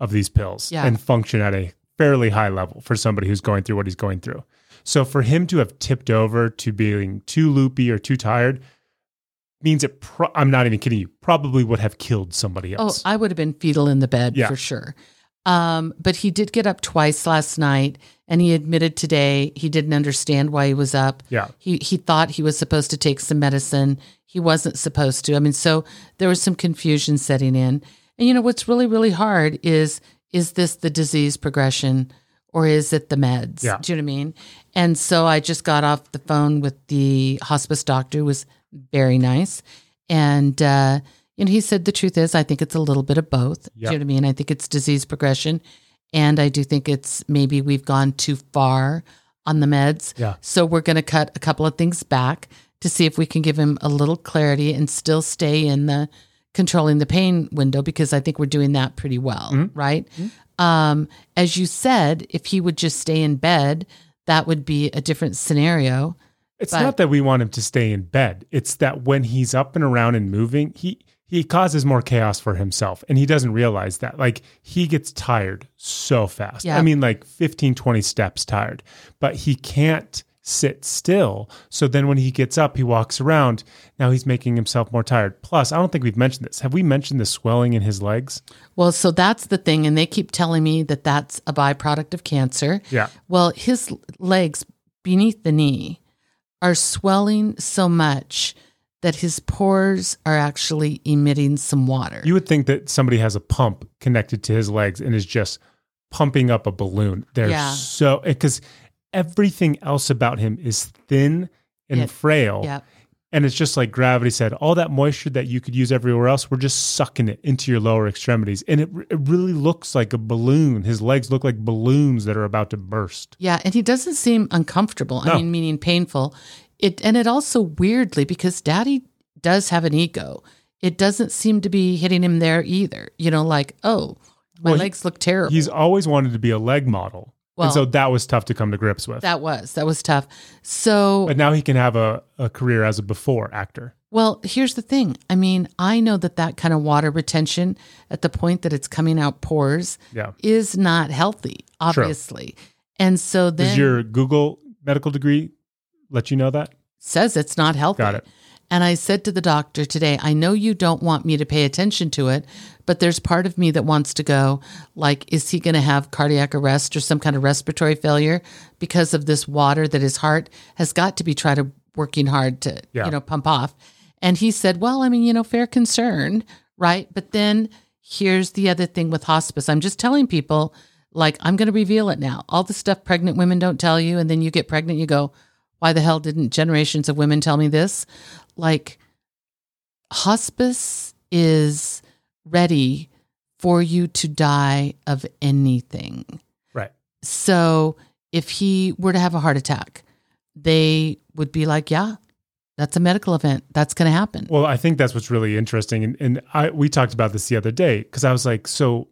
B: of these pills
C: Yeah.
B: and function at a fairly high level for somebody who's going through what he's going through. So for him to have tipped over to being too loopy or too tired means it pro- I'm not even kidding you, probably would have killed somebody
C: Oh,
B: else.
C: I would have been fetal in the bed
B: Yeah.
C: for sure. Um, but he did get up twice last night and he admitted today he didn't understand why he was up.
B: yeah.
C: He he thought he was supposed to take some medicine. He wasn't supposed to. I mean, so there was some confusion setting in. And you know what's really really hard is is this the disease progression or is it the meds?
B: Yeah.
C: Do you know what I mean? And so I just got off the phone with the hospice doctor who was very nice and uh and he said the truth is I think it's a little bit of both.
B: Yeah.
C: Do you know what I mean? I think it's disease progression and I do think it's maybe we've gone too far on the meds.
B: Yeah.
C: So we're going to cut a couple of things back to see if we can give him a little clarity and still stay in the controlling the pain window because I think we're doing that pretty well, right? Um, as you said, if he would just stay in bed, that would be a different scenario.
B: It's
C: But-
B: not that we want him to stay in bed. It's that when he's up and around and moving, he he causes more chaos for himself and he doesn't realize that. Like he gets tired so fast.
C: Yeah.
B: I mean like 15 20 steps tired, but he can't sit still. So then when he gets up, he walks around. Now he's making himself more tired. Plus, I don't think we've mentioned this. Have we mentioned the swelling in his legs?
C: Well, so that's the thing. And they keep telling me that that's a byproduct of cancer.
B: Yeah.
C: Well, his l- legs beneath the knee are swelling so much that his pores are actually emitting some water.
B: You would think that somebody has a pump connected to his legs and is just pumping up a balloon. They're
C: Yeah.
B: so because everything else about him is thin and
C: Yeah.
B: frail.
C: yeah.
B: And it's just like gravity said, all that moisture that you could use everywhere else, we're just sucking it into your lower extremities. And it, it really looks like a balloon. His legs look like balloons that are about to burst.
C: Yeah, and he doesn't seem uncomfortable. I
B: No.
C: mean, meaning painful. It and it also weirdly because Daddy does have an ego. It doesn't seem to be hitting him there either. You know, like oh, my
B: Well, he-
C: legs look terrible.
B: He's always wanted to be a leg model.
C: Well-
B: and so that was tough to come to grips with.
C: that was that was tough. So
B: but now he can have a, a career as a before actor.
C: Well, here's the thing. I mean, I know that that kind of water retention at the point that it's coming out pores
B: Yeah.
C: is not healthy, obviously. And so then
B: Does your Google medical degree let you know that?
C: says it's not healthy.
B: Got it.
C: And I said to the doctor today, I know you don't want me to pay attention to it, but there's part of me that wants to go, like, is he going to have cardiac arrest or some kind of respiratory failure because of this water that his heart has got to be trying to working hard to,
B: Yeah.
C: you know, pump off? And he said, well, I mean, you know, fair concern, right? But then here's the other thing with hospice. I'm just telling people, like, I'm going to reveal it now. All the stuff pregnant women don't tell you. And then you get pregnant, you go, why the hell didn't generations of women tell me this? Like, hospice is ready for you to die of anything.
B: Right.
C: So, if he were to have a heart attack, they would be like, yeah, that's a medical event. That's going to happen.
B: Well, I think that's what's really interesting, and and I we talked about this the other day because I was like, so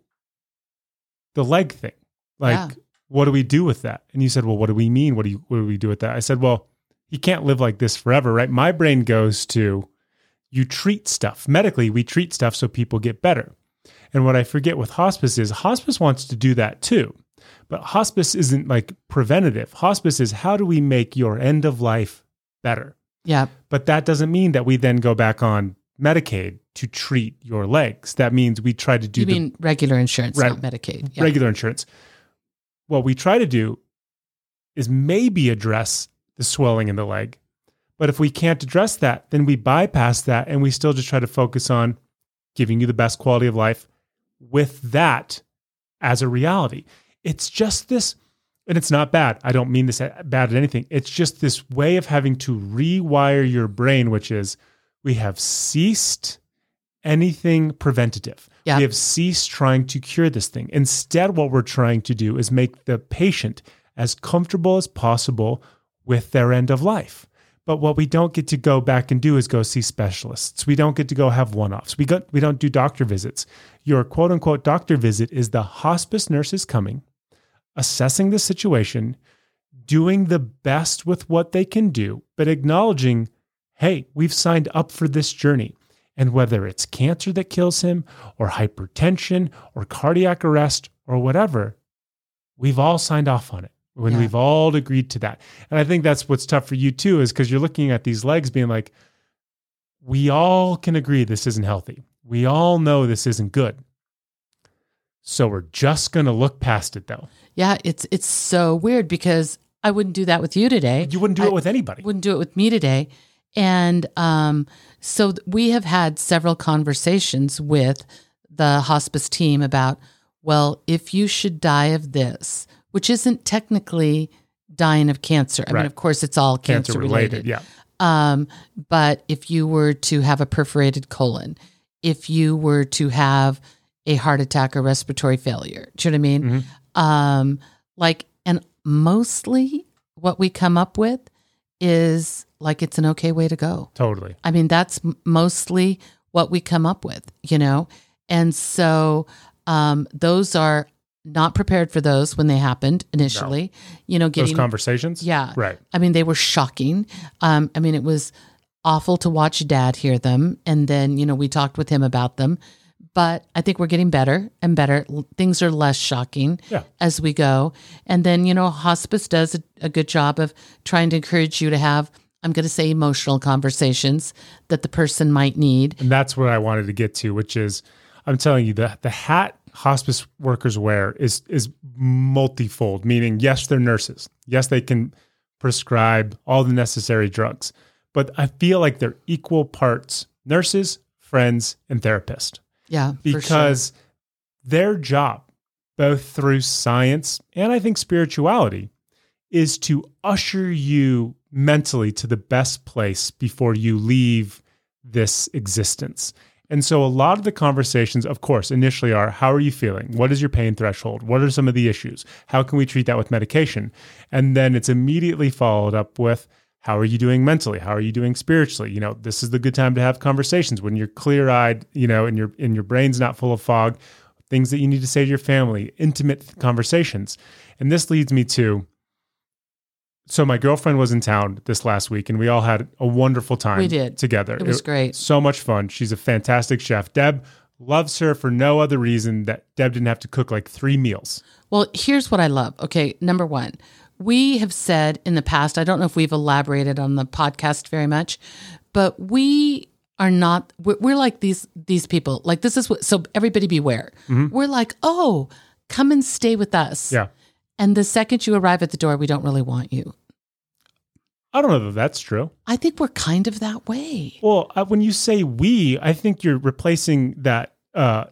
B: the leg thing, like,
C: Yeah.
B: what do we do with that? And you said, well, what do we mean? What do you what do we do with that? I said, well, you can't live like this forever, right? My brain goes to you treat stuff medically. We treat stuff so people get better. And what I forget with hospice is hospice wants to do that too. But hospice isn't like preventative. Hospice is how do we make your end of life better?
C: yeah.
B: But that doesn't mean that we then go back on Medicaid to treat your legs. That means we try to do
C: you
B: the
C: mean regular insurance,
B: Right.
C: not Medicaid? Yeah.
B: regular insurance. What we try to do is maybe address the swelling in the leg. But if we can't address that, then we bypass that and we still just try to focus on giving you the best quality of life with that as a reality. It's just this, and it's not bad. I don't mean this bad at anything. It's just this way of having to rewire your brain, which is we have ceased anything preventative.
C: Yeah.
B: We have ceased trying to cure this thing. Instead, what we're trying to do is make the patient as comfortable as possible with their end of life. But what we don't get to go back and do is go see specialists. We don't get to go have one offs. We, got, we don't do doctor visits. Your quote unquote doctor visit is the hospice nurse is coming, assessing the situation, doing the best with what they can do, but acknowledging, hey, we've signed up for this journey. And whether it's cancer that kills him, or hypertension, or cardiac arrest, or whatever, we've all signed off on it when
C: Yeah.
B: we've all agreed to that. And I think that's what's tough for you too, is because you're looking at these legs being like, we all can agree this isn't healthy. We all know this isn't good. So we're just going to look past it though.
C: Yeah, it's it's so weird because I wouldn't do that with you today.
B: You wouldn't do
C: I
B: it with anybody.
C: wouldn't do it with me today. And um, so th- we have had several conversations with the hospice team about, well, if you should die of this, which isn't technically dying of cancer. I
B: Right.
C: mean, of course, it's all cancer, related.
B: Yeah.
C: Um, but if you were to have a perforated colon, if you were to have a heart attack or respiratory failure, do you know what I mean? Um, like, and mostly what we come up with is like it's an okay way to go.
B: Totally.
C: I mean, that's m- mostly what we come up with, you know? And so um, those are not prepared for those when they happened initially, you know,
B: Those
C: getting
B: conversations.
C: yeah.
B: Right.
C: I mean, they were shocking. Um, I mean, it was awful to watch dad hear them. And then, you know, we talked with him about them. But I think we're getting better and better. L- Things are less shocking
B: Yeah.
C: as we go. And then, you know, hospice does a, a good job of trying to encourage you to have, I'm going to say, emotional conversations that the person might need.
B: And that's what I wanted to get to, which is I'm telling you, the the hat hospice workers wear is is multifold, meaning yes, they're nurses. Yes, they can prescribe all the necessary drugs. But I feel like they're equal parts nurses, friends, and therapist
C: Yeah. for sure.
B: because their job, both through science and I think spirituality, is to usher you mentally to the best place before you leave this existence. And so, a lot of the conversations, of course, initially are how are you feeling? What is your pain threshold? What are some of the issues? How can we treat that with medication? And then it's immediately followed up with how are you doing mentally? How are you doing spiritually? You know, this is the good time to have conversations when you're clear eyed, you know, and your, and your brain's not full of fog, things that you need to say to your family, intimate conversations. And this leads me to so my girlfriend was in town this last week and we all had a wonderful time
C: We did.
B: together.
C: It was great.
B: So much fun. She's a fantastic chef. Deb loves her for no other reason that Deb didn't have to cook like three meals.
C: Well, here's what I love. Okay, number one, we have said in the past, I don't know if we've elaborated on the podcast very much, but we are not we're, we're like these these people. Like this is what so everybody beware. We're like, "Oh, come and stay with us."
B: Mm-hmm. Yeah.
C: And the second you arrive at the door, we don't really want you.
B: I don't know that that's true.
C: I think we're kind of that way.
B: Well, I, when you say we, I think you're replacing that uh,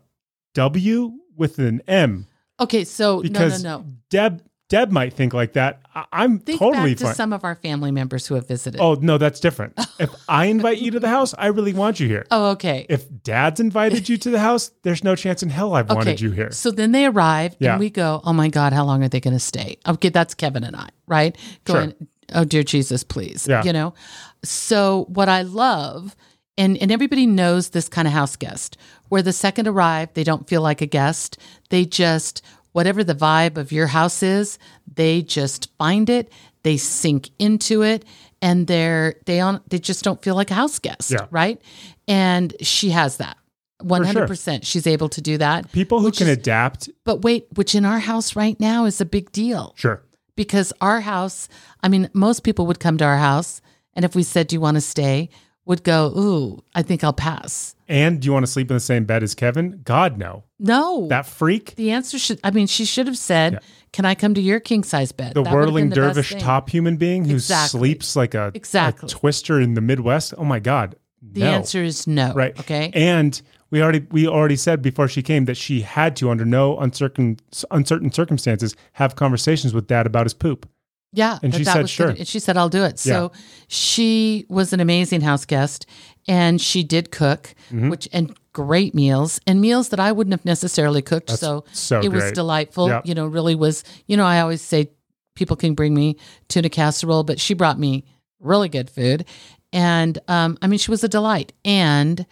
B: W with an M
C: Okay, so
B: because
C: no, no, no.
B: Deb Deb might think like that. I, I'm
C: Think
B: totally
C: back to
B: fine.
C: some of our family members who have visited.
B: oh no, that's different. if I invite you to the house, I really want you here.
C: oh okay.
B: If Dad's invited you to the house, there's no chance in hell I've wanted you here.
C: So then they arrive
B: Yeah.
C: and we go, oh my God, how long are they going to stay? Okay, that's Kevin and I, right? Going, oh dear Jesus, please.
B: Yeah.
C: You know? So what I love, and, and everybody knows this kind of house guest, where the second arrive, they don't feel like a guest. They just, whatever the vibe of your house is, they just find it, they sink into it. And they're they on they just don't feel like a house guest,
B: Yeah.
C: right? And she has that one hundred percent. She's able to do that.
B: People who
C: Which
B: can
C: is-
B: adapt,
C: But wait, which in our house right now is a big deal
B: sure.
C: because our house, I mean, most people would come to our house and if we said, Do you want to stay? would go, Ooh, I think I'll pass.
B: And do you want to sleep in the same bed as Kevin? God no,
C: No.
B: that freak.
C: the answer should, I mean, she should have said, Can I come to your king size bed?
B: The
C: That would have
B: whirling
C: been the best
B: dervish
C: thing.
B: top human being who
C: Exactly.
B: sleeps like a, a
C: Exactly.
B: twister in the Midwest. Oh my God.
C: The
B: no.
C: answer is no.
B: Right.
C: Okay.
B: And We already we already said before she came that she had to, under no uncertain uncertain circumstances, have conversations with dad about his poop.
C: Yeah.
B: And
C: that-
B: she
C: that
B: said,
C: was
B: "Sure."
C: good. And she said, I'll do it. So she was an amazing house guest and she did cook,
B: Mm-hmm.
C: which and great meals and meals that I wouldn't have necessarily cooked. so
B: so
C: it was
B: great.
C: delightful.
B: Yep.
C: You know, really was, you know, I always say people can bring me tuna casserole, but she brought me really good food. And um, I mean, she was a delight. And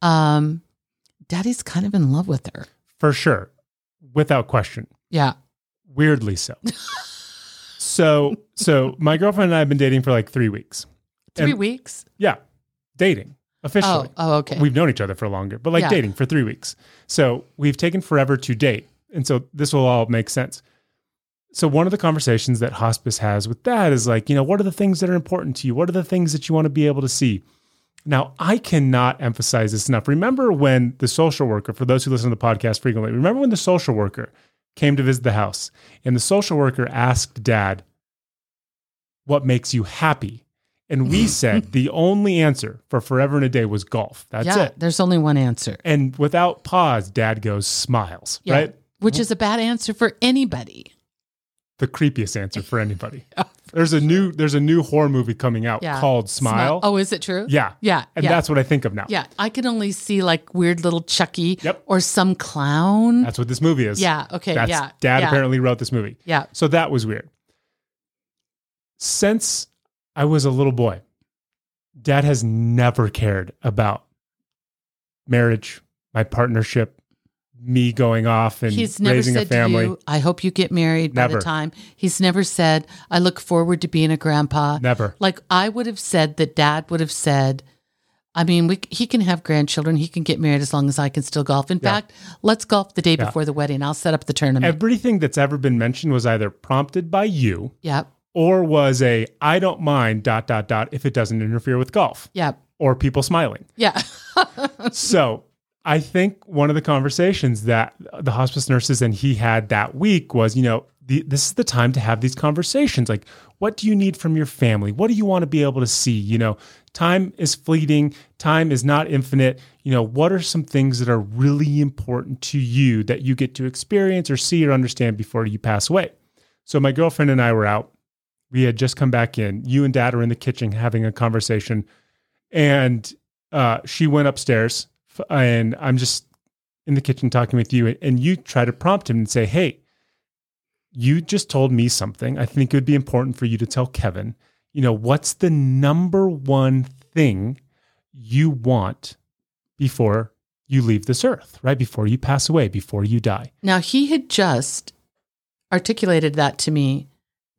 C: um, daddy's kind of in love with her.
B: For sure. Without question.
C: Yeah.
B: Weirdly so. so so my girlfriend and I have been dating for like three weeks.
C: Three
B: And-
C: weeks.
B: Yeah. Dating.
C: Oh,
B: Officially.
C: oh, okay.
B: We've known each other for longer, but like
C: Yeah.
B: dating for three weeks. So we've taken forever to date. And so this will all make sense. So one of the conversations that hospice has with dad is like, you know, what are the things that are important to you? What are the things that you want to be able to see? Now, I cannot emphasize this enough. Remember when the social worker, for those who listen to the podcast frequently, remember when the social worker came to visit the house and the social worker asked dad, What makes you happy? And we said the only answer for forever and a day was golf. That's
C: yeah.
B: it.
C: There's only one answer.
B: And without pause, dad goes, Smiles,
C: Yeah.
B: right?
C: Which is a bad answer for anybody.
B: The creepiest answer for anybody. there's a new there's a new horror movie coming out
C: Yeah.
B: called Smile.
C: Oh, is it true?
B: Yeah.
C: Yeah.
B: And
C: yeah.
B: that's what I think of now.
C: yeah. I can only see like weird little Chucky
B: Yep.
C: or some clown.
B: That's what this movie is.
C: yeah. Okay.
B: That's,
C: yeah.
B: Dad
C: yeah.
B: apparently wrote this movie.
C: Yeah.
B: So that was weird. Since I was a little boy, dad has never cared about marriage, my partnership, me going off and
C: He's never
B: raising a
C: said to
B: family.
C: you, I hope you get married by
B: Never.
C: the time. He's never said, I look forward to being a grandpa.
B: Never.
C: Like I would have said that dad would have said, I mean, we, he can have grandchildren. He can get married as long as I can still golf. In fact, let's golf the day before the wedding. I'll set up the tournament.
B: Everything that's ever been mentioned was either prompted by you
C: yep.
B: or was a I don't mind dot dot dot if it doesn't interfere with golf
C: Yep.
B: or people smiling.
C: Yeah.
B: so I think one of the conversations that the hospice nurses and he had that week was, you know, the, this is the time to have these conversations. Like, what do you need from your family? What do you want to be able to see? You know, time is fleeting, time is not infinite. You know, what are some things that are really important to you that you get to experience or see or understand before you pass away? So, my girlfriend and I were out. We had just come back in. You and dad are in the kitchen having a conversation and uh, she went upstairs f- and i'm just in the kitchen talking with you and, and you try to prompt him and say hey you just told me something i think it would be important for you to tell kevin you know what's the number one thing you want before you leave this earth right before you pass away before you die
C: Now, he had just articulated that to me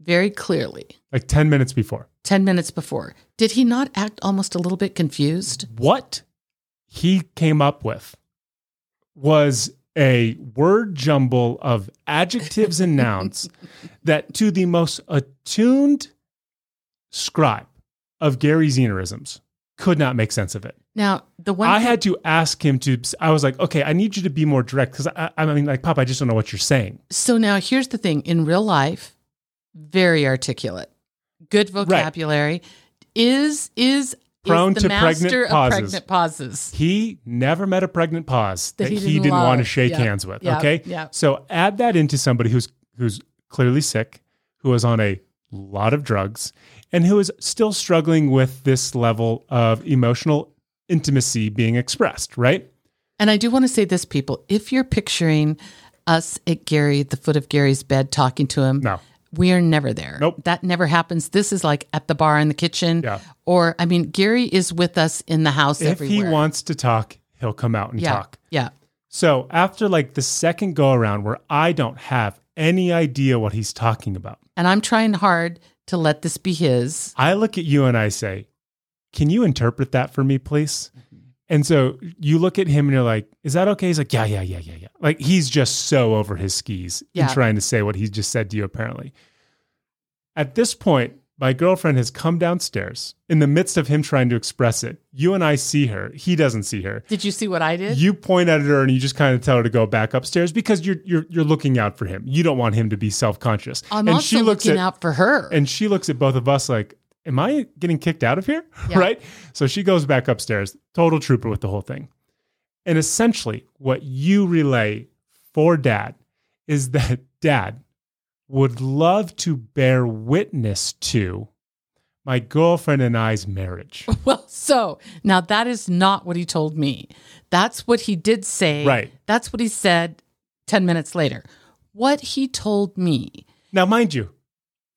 C: very clearly
B: like 10 minutes before
C: 10 minutes before. Did he not act almost a little bit confused?
B: what he came up with was a word jumble of adjectives and nouns that to the most attuned scribe of Gary Zenerisms could not make sense of it.
C: Now, the one
B: I had to ask him to, I was like, okay, I need you to be more direct because I, I mean, like, Pop, I just don't know what you're saying.
C: so now here's the thing in real life, very articulate, good vocabulary, is is
B: Prone
C: is the
B: to pregnant
C: master of
B: pauses.
C: pregnant pauses.
B: He never met a pregnant pause that, he didn't,
C: love.
B: want to shake
C: Yeah.
B: hands with.
C: Yeah.
B: Okay.
C: Yeah.
B: So add that into somebody who's who's clearly sick, who is on a lot of drugs, and who is still struggling with this level of emotional intimacy being expressed, right?
C: And I do want to say this, people, if you're picturing us at Gary, at the foot of Gary's bed, talking to him,
B: No.
C: we are never there.
B: Nope.
C: That never happens. This is like at the bar in the kitchen.
B: Yeah.
C: Or, I mean, Gary is with us in the house
B: If
C: everywhere.
B: he wants to talk, he'll come out and
C: yeah.
B: talk.
C: Yeah.
B: So after like the second go around where I don't have any idea what he's talking about,
C: And I'm trying hard to let this be his.
B: I look at you and I say, Can you interpret that for me, please? And so you look at him and you're like, Is that okay? He's like, Yeah, yeah, yeah, yeah, yeah. Like he's just so over his skis
C: Yeah.
B: and trying to say what he just said to you, apparently. At this point, my girlfriend has come downstairs in the midst of him trying to express it. You and I see her. He doesn't see her.
C: Did you see what I did?
B: You point at her and you just kind of tell her to go back upstairs because you're you're you're looking out for him. You don't want him to be self-conscious.
C: I'm
B: and
C: also looking out for her.
B: and she looks at both of us like, Am I getting kicked out of here?
C: Yeah.
B: right? So she goes back upstairs, total trooper with the whole thing. And essentially, what you relay for dad is that dad would love to bear witness to my girlfriend and I's marriage.
C: Well, so now that is not what he told me. That's what he did say.
B: Right.
C: That's what he said 10 minutes later. What he told me.
B: Now, mind you,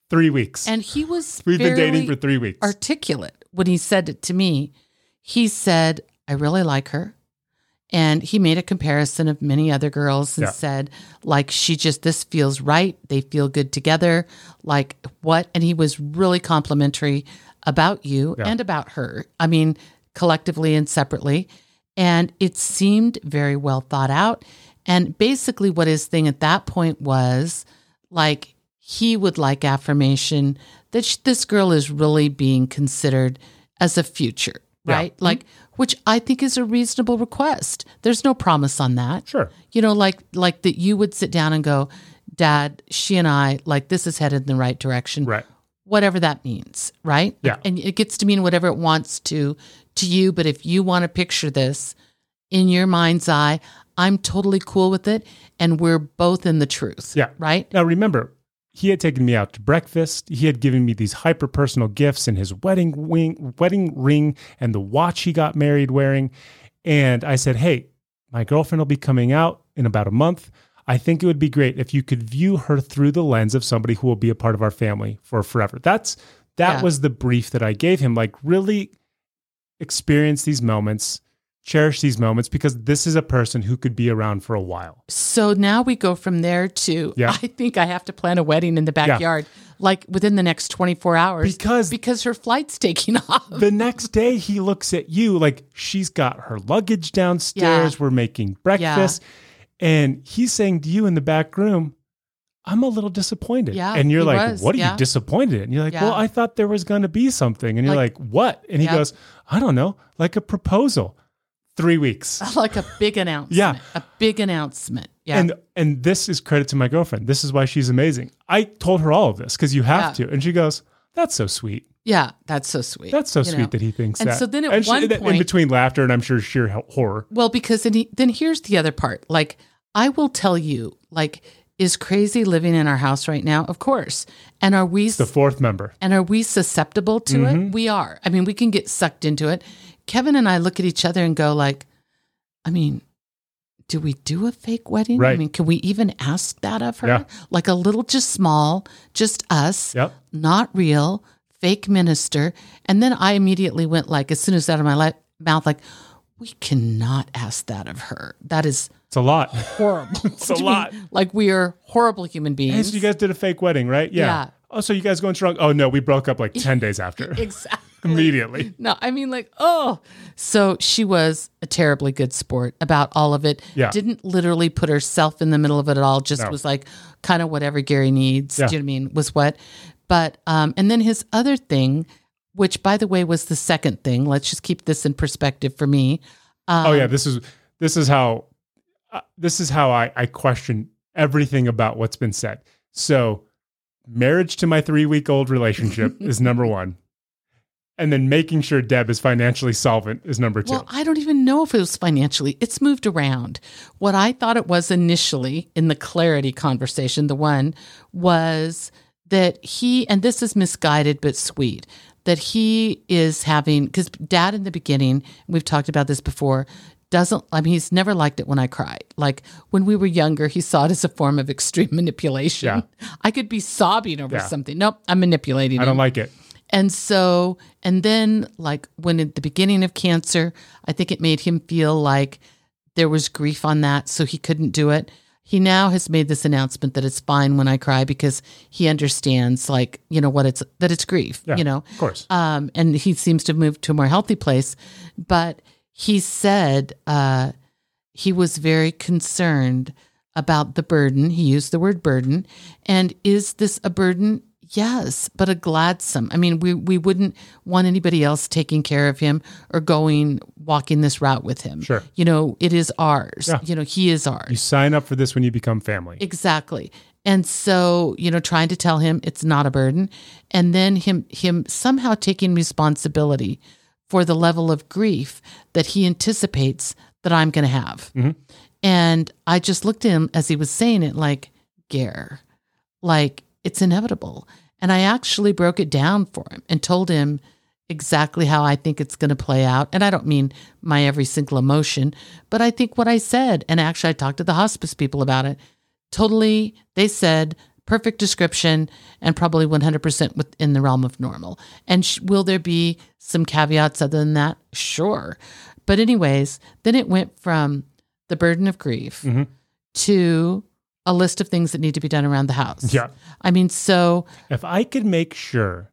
B: three weeks.
C: And he was
B: We've been dating for
C: fairly
B: three weeks.
C: articulate when he said it to me. He said, I really like her. And he made a comparison of many other girls and
B: Yeah.
C: said, like, she just, this feels right. They feel good together. Like, what? And he was really complimentary about you
B: Yeah.
C: and about her. I mean, collectively and separately. And it seemed very well thought out. And basically, what his thing at that point was like, he would like affirmation that sh- this girl is really being considered as a future,
B: Yeah.
C: right? Like, which I think is a reasonable request. There's no promise on that.
B: Sure.
C: You know, like like that you would sit down and go, Dad, she and I, like this is headed in the right direction.
B: Right.
C: Whatever that means, right?
B: Yeah.
C: And it gets to mean whatever it wants to to you, but if you want to picture this in your mind's eye, I'm totally cool with it and we're both in the truth.
B: Yeah.
C: Right?
B: Now remember, he had taken me out to breakfast. He had given me these hyper personal gifts in his wedding wing, wedding ring and the watch he got married wearing. And I said, "Hey, my girlfriend will be coming out in about a month. I think it would be great if you could view her through the lens of somebody who will be a part of our family for forever." That's that
C: Yeah.
B: was the brief that I gave him. Like really experience these moments, cherish these moments because this is a person who could be around for a while.
C: So now we go from there to
B: Yeah.
C: I think I have to plan a wedding in the backyard like within the next 24 hours
B: Because
C: because her flight's taking off.
B: the next day he looks at you like she's got her luggage downstairs
C: Yeah.
B: we're making breakfast and he's saying to you in the back room i'm a little disappointed
C: Yeah,
B: and you're
C: he
B: like
C: was,
B: what are
C: yeah.
B: you disappointed in and you're like well
C: Yeah.
B: i thought there was going to be something and you're like,
C: Like-
B: what and he
C: Yep.
B: goes i don't know like a proposal three weeks
C: like a big announcement.
B: Yeah.
C: A big announcement. Oh, Yeah.
B: And and this is credit to my girlfriend. This is why she's amazing. I told her all of this because you have
C: Yeah.
B: to, and she goes, "That's so sweet.
C: yeah. That's so sweet.
B: That's so
C: you
B: sweet
C: know?
B: that he thinks
C: And
B: that."
C: so then at
B: and she-
C: one
B: in- in
C: point-
B: between laughter and I'm sure sheer ho- horror,
C: Well, because then, he, then here's the other part. Like, I will tell you, like, is crazy living in our house right now? Of course. And are we
B: the fourth member.
C: And are we susceptible to
B: Mm-hmm.
C: it? We are. I mean, we can get sucked into it. Kevin and I look at each other and go like, I mean, do we do a fake wedding? I
B: Right.
C: mean, can we even ask that of her?
B: Yeah.
C: Like a little just small, just us,
B: Yep.
C: not real, fake minister. And then I immediately went like, as soon as out of my li- mouth, like, we cannot ask that of her. That is
B: It's a lot.
C: horrible. it's
B: a lot.
C: Like we are horrible human
B: Hey,
C: beings.
B: so you guys did a fake wedding, right? Yeah.
C: Yeah.
B: Oh, so you guys going strong? Oh no, we broke up like ten days after.
C: exactly.
B: Immediately.
C: No, I mean like, oh. So she was a terribly good sport about all of it.
B: Yeah.
C: Didn't literally put herself in the middle of it at all. Just
B: No.
C: was like kind of whatever Gary needs.
B: Yeah.
C: Do you know what I mean? Was what. But um, and then his other thing, which by the way was the second thing. Let's just keep this in perspective for me. Um,
B: oh yeah, this is this is how uh, this is how I I question everything about what's been said. So, marriage to my three week old relationship is number one, and then making sure Deb is financially solvent is number two.
C: Well, I don't even know if it was financially. It's moved around. What I thought it was initially in the clarity conversation, the one was that he, and this is misguided but sweet, that he is having, because dad in the beginning, we've talked about this before, doesn't, I mean, he's never liked it when I cried. Like when we were younger, he saw it as a form of extreme manipulation. I could be sobbing over
B: Yeah.
C: something. Nope, I'm manipulating
B: I
C: him.
B: don't like it.
C: And so, and then like when at the beginning of cancer, I think it made him feel like there was grief on that, so he couldn't do it. He now has made this announcement that it's fine when I cry because he understands like, you know, what it's that it's grief,
B: Yeah,
C: you know.
B: of course.
C: Um and he seems to have moved to a more healthy place, but he said uh he was very concerned about the burden. He used the word burden. And is this a burden? Yes, but a gladsome. I mean, we, we wouldn't want anybody else taking care of him or going walking this route with him.
B: Sure.
C: You know, it is ours.
B: Yeah.
C: You know, he is ours.
B: You sign up for this when you become family.
C: Exactly. And so, you know, trying to tell him it's not a burden and then him him somehow taking responsibility for the level of grief that he anticipates that I'm going to have.
B: Mhm.
C: And I just looked at him as he was saying it, like, Gare, like, it's inevitable. And I actually broke it down for him and told him exactly how I think it's going to play out. And I don't mean my every single emotion, but I think what I said, and actually, I talked to the hospice people about it. Totally, they said perfect description and probably 100% within the realm of normal. And sh- will there be some caveats other than that? Sure. But, anyways, then it went from the burden of grief
B: Mhm.
C: to a list of things that need to be done around the house.
B: Yeah.
C: I mean, so
B: If I could make sure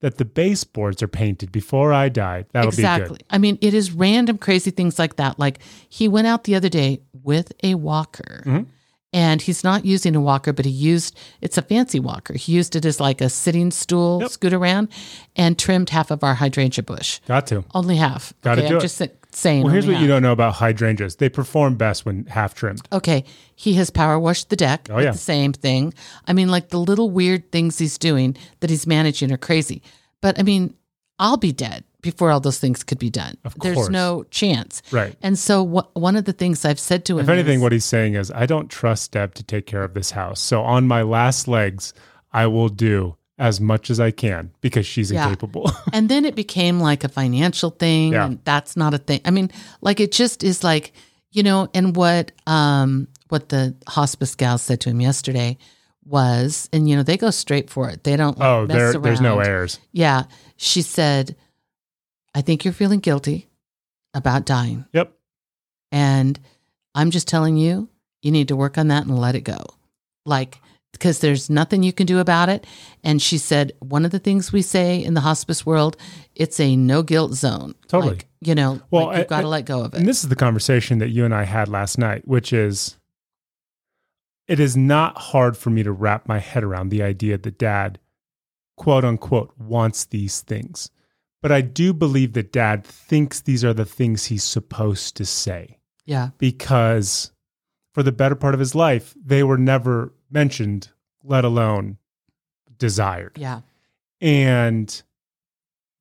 B: that the baseboards are painted before I die, that'll
C: exactly. I mean, it is random, crazy things like that. Like he went out the other day with a walker,
B: Mhm.
C: and he's not using a walker, but he used it's a fancy walker. He used it as like a sitting stool,
B: Yep.
C: scoot around, and trimmed half of our hydrangea bush.
B: be good. Got to.
C: Only half.
B: Gotta
C: okay,
B: do
C: I'm
B: it.
C: just sa- saying.
B: Well, here's
C: only
B: what you
C: half.
B: don't know about hydrangeas. They perform best when half trimmed.
C: Okay, he has power washed the deck.
B: Oh,
C: with
B: yeah.
C: the same thing. I mean, like the little weird things he's doing that he's managing are crazy. But I mean, I'll be dead before all those things could be done.
B: Of
C: There's
B: course.
C: no chance.
B: Right.
C: And so, wh- one of the things I've said to him,
B: If anything,
C: is,
B: what he's saying is, I don't trust Deb to take care of this house. So on my last legs, I will do as much as I can because she's
C: Yeah.
B: incapable.
C: and then it became like a financial thing.
B: Yeah.
C: And that's not a thing. I mean, like it just is like you know. And what um what the hospice gal said to him yesterday was, and you know, they go straight for it. They don't like,
B: oh,
C: mess
B: there, there's no
C: around.
B: errors.
C: Yeah. She said, I think you're feeling guilty about dying.
B: Yep.
C: And I'm just telling you, you need to work on that and let it go. Like, because there's nothing you can do about it. And she said, one of the things we say in the hospice world, it's a no guilt zone.
B: Totally.
C: Like, you know,
B: Well,
C: like you've
B: I-
C: got to
B: I-
C: let go of
B: And
C: it.
B: this is the conversation that you and I had last night, which is it is not hard for me to wrap my head around the idea that dad, quote unquote, wants these things. But I do believe that dad thinks these are the things he's supposed to say
C: yeah.
B: because for the better part of his life, they were never mentioned, let alone desired.
C: Yeah.
B: And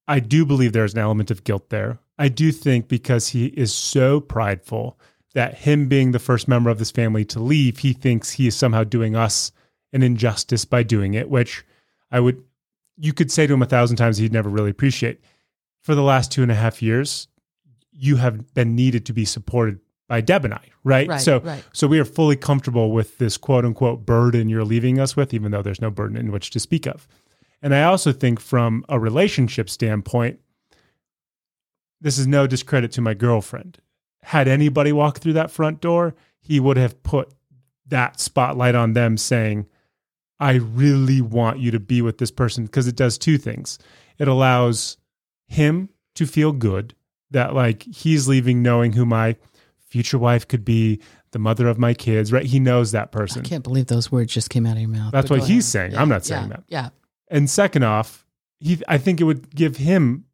B: I do believe there's an element of guilt there. I do think because he is so prideful that him being the first member of this family to leave, he thinks he is somehow doing us an injustice by doing it, which I would, you could say to him a thousand times he'd never really appreciate. For the last two and a half years, you have been needed to be supported by Deb and I, right?
C: Right.
B: so,
C: right.
B: so we are fully comfortable with this quote unquote burden you're leaving us with, even though there's no burden in which to speak of. And I also think from a relationship standpoint, this is no discredit to my girlfriend. Had anybody walked through that front door, he would have put that spotlight on them saying, I really want you to be with this person because it does two things. It allows him to feel good that like he's leaving knowing who my future wife could be, the mother of my kids, right? He knows that
C: I
B: person.
C: can't believe those words just came out of your mouth.
B: That's what
C: but go
B: he's
C: ahead.
B: saying.
C: Yeah,
B: I'm not saying
C: yeah,
B: that.
C: Yeah.
B: And second off, he I think it would give him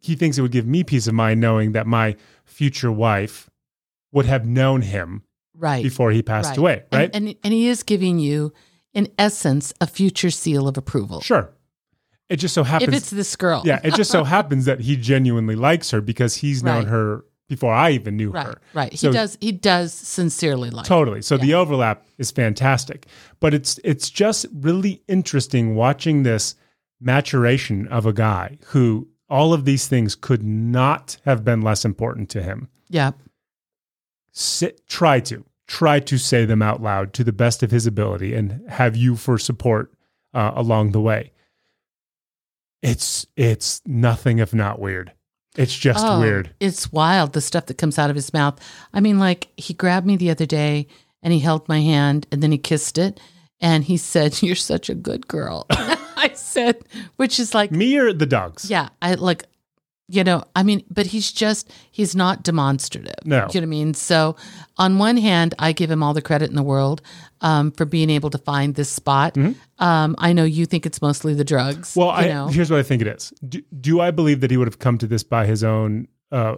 B: he thinks it would give me peace of mind knowing that my future wife would have known him
C: Right.
B: before he passed
C: Right.
B: away,
C: And-
B: right?
C: And, and he is giving you, in essence, a future seal of approval.
B: sure. It just so
C: If
B: happens
C: it's this girl,
B: Yeah, it just so happens that he genuinely likes her because he's known
C: Right.
B: her before I even knew
C: right,
B: her.
C: right. He
B: So-
C: does. He does sincerely like.
B: Totally. So the overlap is fantastic. But it's it's just really interesting watching this maturation of a guy who all of these things could not have been less important to him.
C: Yeah,
B: Sit, try to try to say them out loud to the best of his ability and have you for support uh, along the way. It's it's nothing if not weird. It's just
C: Oh,
B: weird.
C: It's wild the stuff that comes out of his mouth. I mean, like he grabbed me the other day and he held my hand and then he kissed it and he said, "You're such a good girl." I said, which is like,
B: Me or the dogs?
C: yeah, I like, you know, I mean, but he's just he's not demonstrative.
B: No.
C: you know what I mean. So, on one hand, I give him all the credit in the world um, for being able to find this spot. Um, I know you think it's mostly the drugs.
B: Mm-hmm. Well, I,
C: you know.
B: here's what I think it is. Do, do I believe that he would have come to this by his own uh,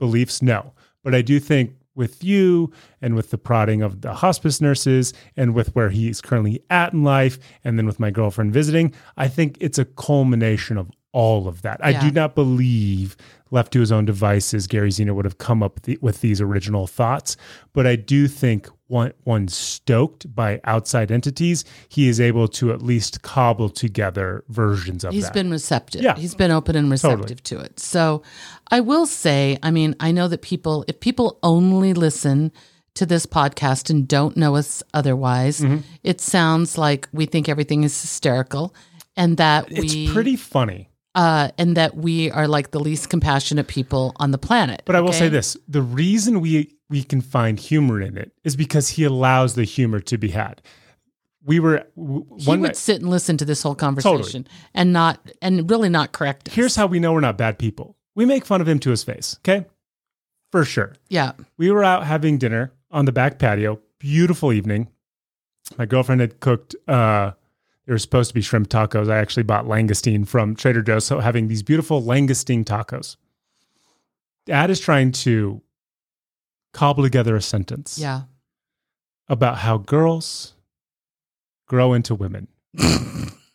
B: beliefs? No. But I do think with you and with the prodding of the hospice nurses and with where he's currently at in life, and then with my girlfriend visiting, I think it's a culmination of all of that. I
C: Yeah.
B: do not believe left to his own devices, Gary Zeno would have come up with the, with these original thoughts. But I do think one, one stoked by outside entities, he is able to at least cobble together versions of
C: He's
B: that.
C: been receptive.
B: Yeah.
C: He's been open and
B: Totally.
C: receptive to it. So I will say, I mean, I know that people, if people only listen to this podcast and don't know us otherwise,
B: Mm-hmm.
C: it sounds like we think everything is hysterical and that we
B: it's pretty funny.
C: uh and that we are like the least compassionate people on the planet.
B: But I will say
C: okay?
B: this: the reason we we can find humor in it is because he allows the humor to be had. We were w-
C: He
B: one
C: would
B: night-
C: sit and listen to this whole conversation and not and really not correct us.
B: Here's how we know we're not bad people: we make fun of him to his face. Okay, for sure.
C: yeah.
B: We were out having dinner on the back patio. Beautiful evening. My girlfriend had cooked. uh They were supposed to be shrimp tacos. I actually bought langoustine from Trader Joe's. So having these beautiful langoustine tacos. Dad is trying to cobble together a sentence.
C: Yeah.
B: about how girls grow into women.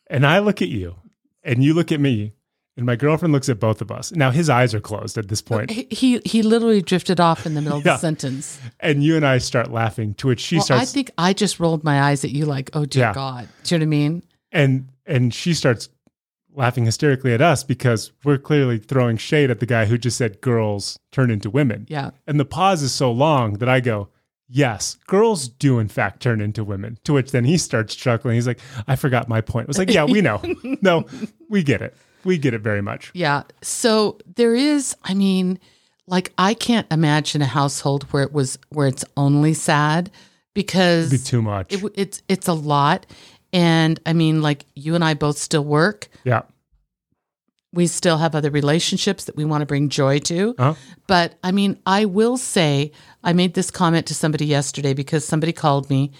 B: and I look at you and you look at me and my girlfriend looks at both of us. Now his eyes are closed at this point,
C: He he- he literally drifted off in the middle of
B: Yeah.
C: the sentence.
B: and you and I start laughing to which she
C: well,
B: starts
C: I think I just rolled my eyes at you, like, oh dear
B: Yeah.
C: God. Do you know what I mean?
B: and and she starts laughing hysterically at us because we're clearly throwing shade at the guy who just said girls turn into women.
C: Yeah.
B: And the pause is so long that I go, Yes, girls do in fact turn into women. To which then he starts chuckling. He's like, I forgot my point. I was like, Yeah, we know. no, we get it. We get it very much.
C: Yeah. So there is, I mean, like I can't imagine a household where it was where it's only sad because
B: Be too much.
C: it w- it's it's a lot. And I mean, like you and I both still work.
B: yeah.
C: We still have other relationships that we want to bring joy to.
B: Uh-huh.
C: But I mean, I will say, I made this comment to somebody yesterday because somebody called me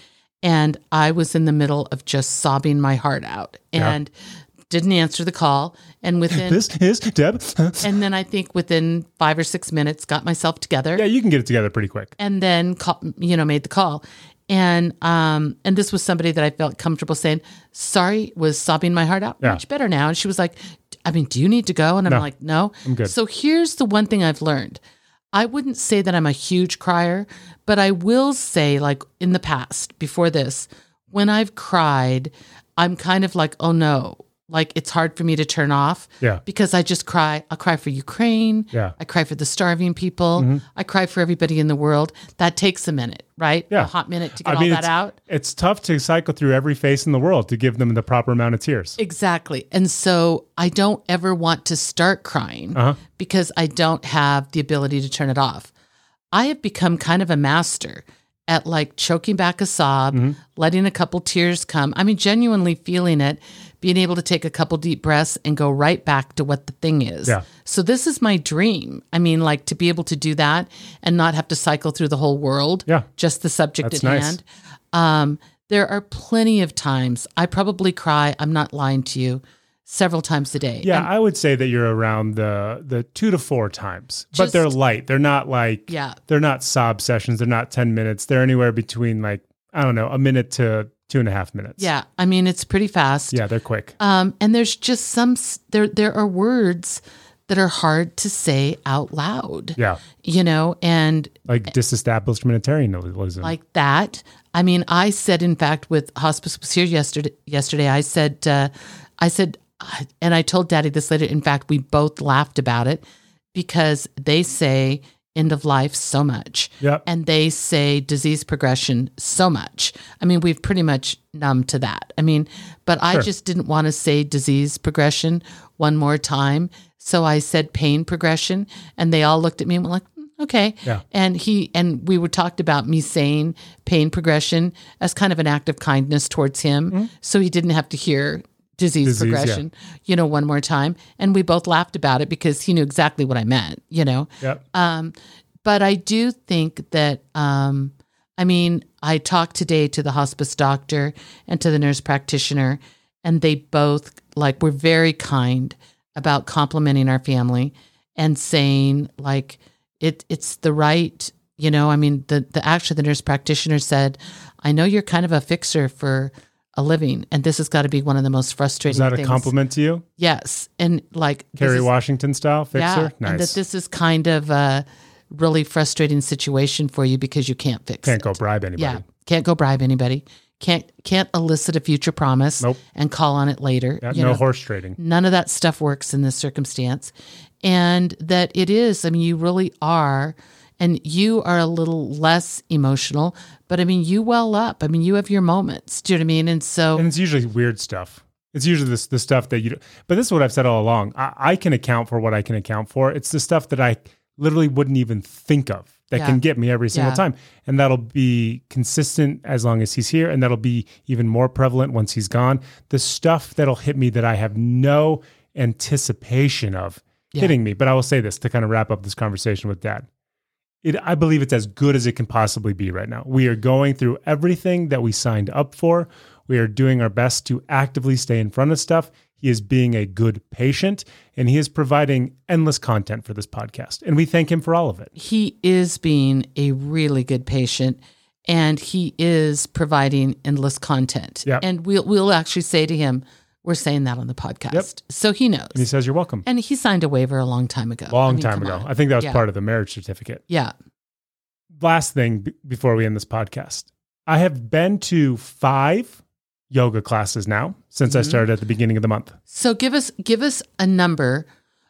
C: and I was in the middle of just sobbing my heart out and didn't answer the call. And within,
B: This is Deb.
C: and then I think within five or six minutes, got myself together
B: yeah, you can get it together pretty quick.
C: and then call, you know made the call and um and this was somebody that i felt comfortable saying sorry was sobbing my heart out
B: Yeah.
C: much better now and she was like i mean do you need to go and i'm like no i'm
B: good.
C: so here's the one thing i've learned i wouldn't say that i'm a huge crier but i will say like in the past before this when i've cried i'm kind of like oh no like it's hard for me to turn off
B: Yeah.
C: because i just cry i'll cry for ukraine
B: Yeah. Mm-hmm.
C: I cry for the starving people. I cry for everybody in the world. That takes a minute, right?
B: Yeah.
C: A hot minute to
B: I
C: get
B: mean,
C: all that
B: it's-
C: out.
B: It's tough to cycle through every face in the world to give them the proper amount of tears.
C: Exactly. And so I don't ever want to start crying
B: Uh-huh.
C: because I don't have the ability to turn it off. I have become kind of a master at like choking back a sob,
B: Mm-hmm.
C: letting a couple tears come. I mean, genuinely feeling it, being able to take a couple deep breaths and go right back to what the thing is.
B: Yeah.
C: So this is my dream. I mean, like to be able to do that and not have to cycle through the whole world.
B: Yeah.
C: Just the subject
B: That's
C: at
B: nice.
C: hand. Um, there are plenty of times I probably cry. I'm not lying to you. Several times a day.
B: Yeah,
C: And-
B: I would say that you're around the the two to four times, but
C: Just-
B: they're light. They're not like
C: Yeah.
B: they're not sob sessions. They're not ten minutes. They're anywhere between like I don't know a minute to two and a half minutes.
C: yeah. I mean, it's pretty fast.
B: yeah, they're quick.
C: Um, and there's just some s- there. There are words that are hard to say out loud.
B: Yeah,
C: You know, and
B: like disestablishmentarianism.
C: eh, like that. I mean, I said, in fact, with hospice was here yesterday. Yesterday, I said, uh, I said, uh, and I told Daddy this later. In fact, we both laughed about it because they say end of life so much,
B: Yep.
C: and they say disease progression so much. I mean, we've pretty much numb to that. I mean, but I just didn't want to say disease progression one more time. So I said pain progression, and they all looked at me and were like, "Mm, okay.
B: Yeah.
C: And he and we were talked about me saying pain progression as kind of an act of kindness towards him, so he didn't have to hear disease,
B: Mm-hmm. Disease, yeah.
C: progression, you know, one more time. And we both laughed about it because he knew exactly what I meant, you know.
B: yep.
C: Um, but I do think that, um, I mean, I talked today to the hospice doctor and to the nurse practitioner, and they both like were very kind about complimenting our family and saying like it it's the right you know i mean the the actually the nurse practitioner said i know you're kind of a fixer for a a living. And this has got to be one of the most frustrating
B: Is that a
C: things.
B: compliment to you?
C: Yes. And like this
B: Kerry
C: is-
B: Washington style fixer?
C: And that
B: nice.
C: this is kind of a really frustrating situation for you because you can't fix
B: Can't
C: it.
B: go bribe anybody.
C: Yeah. Can't go bribe anybody. Can't can't elicit a future promise
B: Nope.
C: and call on it later.
B: Yeah,
C: you
B: no
C: know.
B: horse trading.
C: None of that stuff works in this circumstance. And that it is, I mean, you really are, and you are a little less emotional, but I mean, you well up. I mean, you have your moments. Do you know what I mean? And so,
B: And it's usually weird stuff. It's usually this the stuff that you. But this is what I've said all along. I, I can account for what I can account for. It's the stuff that I literally wouldn't even think of that
C: Yeah.
B: can get me every single
C: Yeah.
B: time, and that'll be consistent as long as he's here, and that'll be even more prevalent once he's gone. The stuff that'll hit me that I have no anticipation of
C: Yeah.
B: hitting me. But I will say this to kind of wrap up this conversation with Dad. it I believe it's as good as it can possibly be right now. We are going through everything that we signed up for. We are doing our best to actively stay in front of stuff. He is being a good patient and he is providing endless content for this podcast. And we thank him for all of it.
C: he is being a really good patient and he is providing endless content.
B: Yep.
C: And we'll, we'll actually say to him, we're saying that on the podcast. So he knows.
B: And he says, You're welcome.
C: and he signed a waiver a long time ago.
B: Long
C: I mean,
B: time
C: come
B: ago.
C: on.
B: I think that was
C: Yeah.
B: part of the marriage certificate.
C: Yeah.
B: Last thing b- before we end this podcast I have been to five yoga classes now since
C: Mm-hmm.
B: I started at the beginning of the month.
C: So give us give us a number.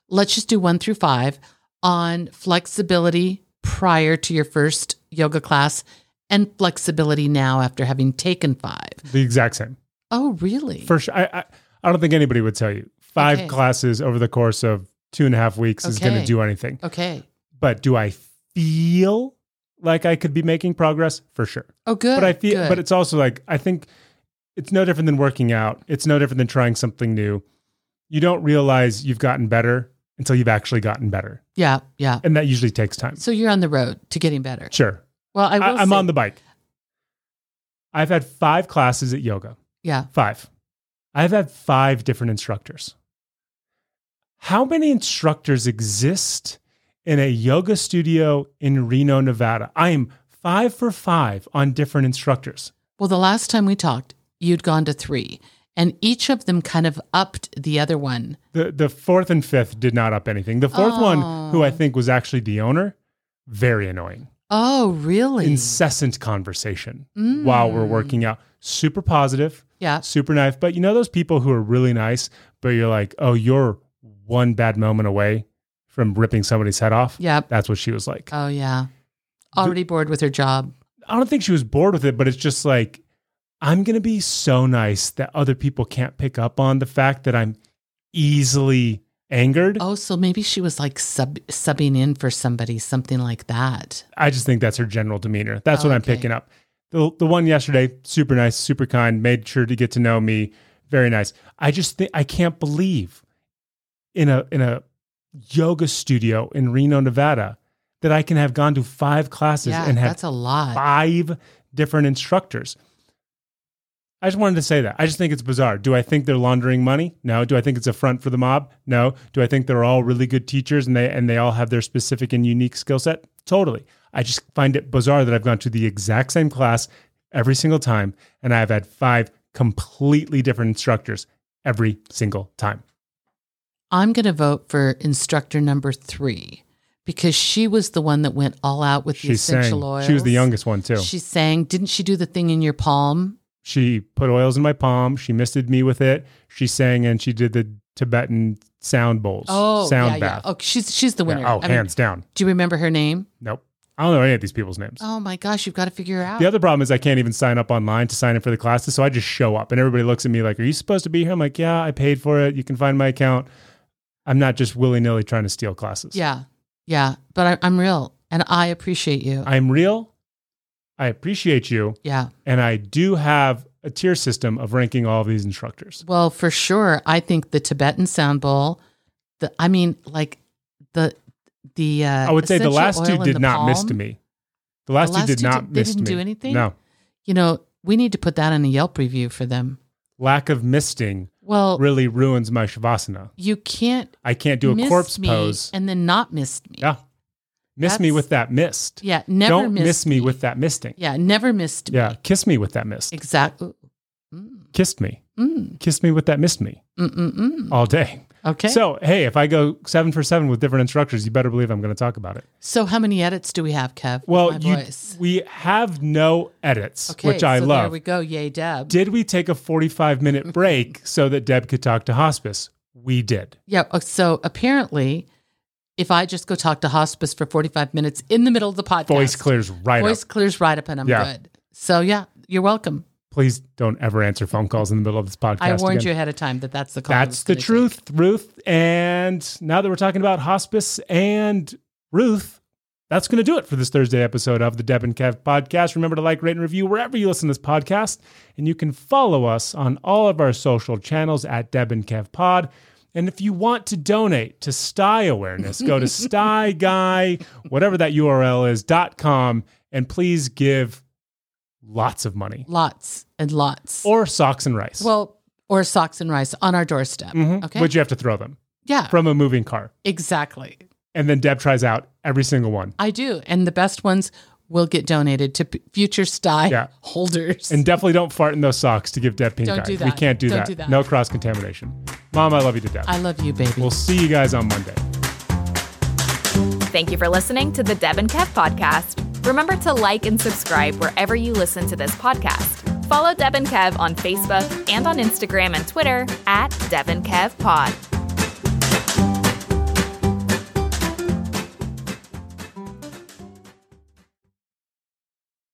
C: Let's just do one through five on flexibility prior to your first yoga class and flexibility now after having taken five.
B: The exact same.
C: Oh, really?
B: For sure. I, I, I don't think anybody would tell you. Five
C: Okay.
B: classes over the course of two and a half weeks is going to
C: Okay.
B: do anything.
C: okay.
B: But do I feel like I could be making progress? For sure.
C: Oh, good.
B: But I feel,
C: good.
B: but it's also like, I think it's no different than working out. It's no different than trying something new. You don't realize you've gotten better until you've actually gotten better.
C: yeah, yeah.
B: And that usually takes time.
C: So you're on the road to getting better.
B: Sure.
C: Well, I will
B: I, I'm
C: say-
B: on the bike. I've had five classes at yoga.
C: yeah.
B: Five. I've had five different instructors. How many instructors exist in a yoga studio in Reno, Nevada? I am five for five on different instructors.
C: Well, the last time we talked, you'd gone to three, and each of them kind of upped the other one.
B: The the fourth and fifth did not up anything. The fourth one, who I
C: Oh.
B: think was actually the owner, very annoying.
C: Oh, really? Mm.
B: Incessant conversation while we're working out. Super positive.
C: yeah.
B: super nice. But you know those people who are really nice, but you're like, oh, you're one bad moment away from ripping somebody's head off.
C: Yep.
B: That's what she was like.
C: Oh, yeah. Already bored with her job.
B: I don't think she was bored with it, but it's just like, I'm going to be so nice that other people can't pick up on the fact that I'm easily angered.
C: Oh, so maybe she was like sub- subbing in for somebody, something like that.
B: I just think that's her general demeanor. That's what I'm
C: Okay.
B: picking up. The, the one yesterday, super nice, super kind, made sure to get to know me. Very nice. I just think I can't believe in a in a yoga studio in Reno, Nevada, that I can have gone to five classes
C: Yeah,
B: and have
C: that's a lot.
B: five different instructors. I just wanted to say that. I just think it's bizarre. Do I think they're laundering money? No. Do I think it's a front for the mob? No. Do I think they're all really good teachers and they and they all have their specific and unique skill set? Totally. I just find it bizarre that I've gone to the exact same class every single time and I've had five completely different instructors every single time.
C: I'm going to vote for instructor number three because she was the one that went all out with the
B: She's
C: essential
B: saying
C: oils.
B: she was the youngest one too.
C: She sang. Didn't she do the thing in your palm?
B: she put oils in my palm. She misted me with it. She sang and she did the Tibetan sound bowls.
C: Oh,
B: sound
C: yeah,
B: bath.
C: yeah. Oh, she's she's the
B: Yeah,
C: winner.
B: Oh,
C: I mean,
B: hands down.
C: do you remember her name?
B: Nope. I don't know any of these people's names.
C: Oh my gosh, you've got to figure her out.
B: The other problem is I can't even sign up online to sign up for the classes, so I just show up and everybody looks at me like, "Are you supposed to be here?" I'm like, "Yeah, I paid for it. You can find my account. I'm not just willy nilly trying to steal classes.
C: yeah, yeah. But I, I'm real, and I appreciate you.
B: I'm real. I appreciate you,
C: yeah.
B: and I do have a tier system of ranking all of these instructors.
C: Well, for sure, I think the Tibetan sound bowl. The I mean, like the the. Uh,
B: I would say the
C: essential
B: last two
C: oil in
B: did
C: the
B: not miss
C: palm,
B: to me. The last,
C: last
B: two did
C: two
B: not
C: did- they
B: miss
C: didn't
B: to me.
C: do anything?
B: No
C: You know, we need to put that in a Yelp review for them.
B: lack of misting
C: Well,
B: really ruins my shavasana.
C: you can't
B: I can't do a
C: miss
B: corpse
C: me
B: pose.
C: and then not miss me.
B: Yeah. Miss me
C: That's-
B: with that mist.
C: Yeah, never
B: Don't miss me with that misting.
C: Yeah, never missed me.
B: Yeah. Kiss me with that mist.
C: Exactly.
B: kissed me, kissed me with that missed me all day.
C: Mm. Okay. So,
B: So, hey, if I go seven for seven with different instructors, you better believe I'm going to talk about it.
C: how many edits do we have, Kev? with
B: Well,
C: my
B: you,
C: voice.
B: we have no edits,
C: Okay,
B: which I
C: so There
B: love.
C: we go. Yay, Deb.
B: Did we take a 45 minute break so that Deb could talk to hospice? We did.
C: Yeah. uh, So apparently, if I just go talk to hospice for 45 minutes in the middle of the podcast,
B: Voice clears right
C: voice
B: up.
C: clears right up and I'm
B: Yeah.
C: good. So yeah, you're welcome.
B: Please don't ever answer phone calls in the middle of this podcast.
C: I warned
B: again.
C: you ahead of time that that's the call. I was
B: That's the
C: gonna
B: truth, Ruth. And now that we're talking about hospice and Ruth, that's going to do it for this Thursday episode of the Deb and Kev podcast. Remember to like, rate, and review wherever you listen to this podcast. And you can follow us on all of our social channels at Deb and Kev Pod. And if you want to donate to Sty Awareness, go to Sty Guy, whatever that URL is, dot com, and please give lots of money
C: take. Lots and lots.
B: or socks and rice.
C: well, or socks and rice on our doorstep.
B: Mhm.
C: Okay.
B: But you have to throw them
C: yeah.
B: from a moving car.
C: exactly.
B: and then Deb tries out every single one.
C: I do, and the best ones will get donated to p- future sty
B: Yeah.
C: holders.
B: And definitely don't fart in those socks to give Deb pink
C: Don't
B: eye.
C: do
B: We
C: that.
B: can't do
C: Don't
B: that.
C: do that.
B: No cross contamination. Mom, I love you to death.
C: I love you, baby.
B: we'll see you guys on Monday.
A: Thank you for listening to the Deb and Kev podcast. Remember to like and subscribe wherever you listen to this podcast. Follow Deb and Kev on Facebook and on Instagram and Twitter at Deb and Kev Pod.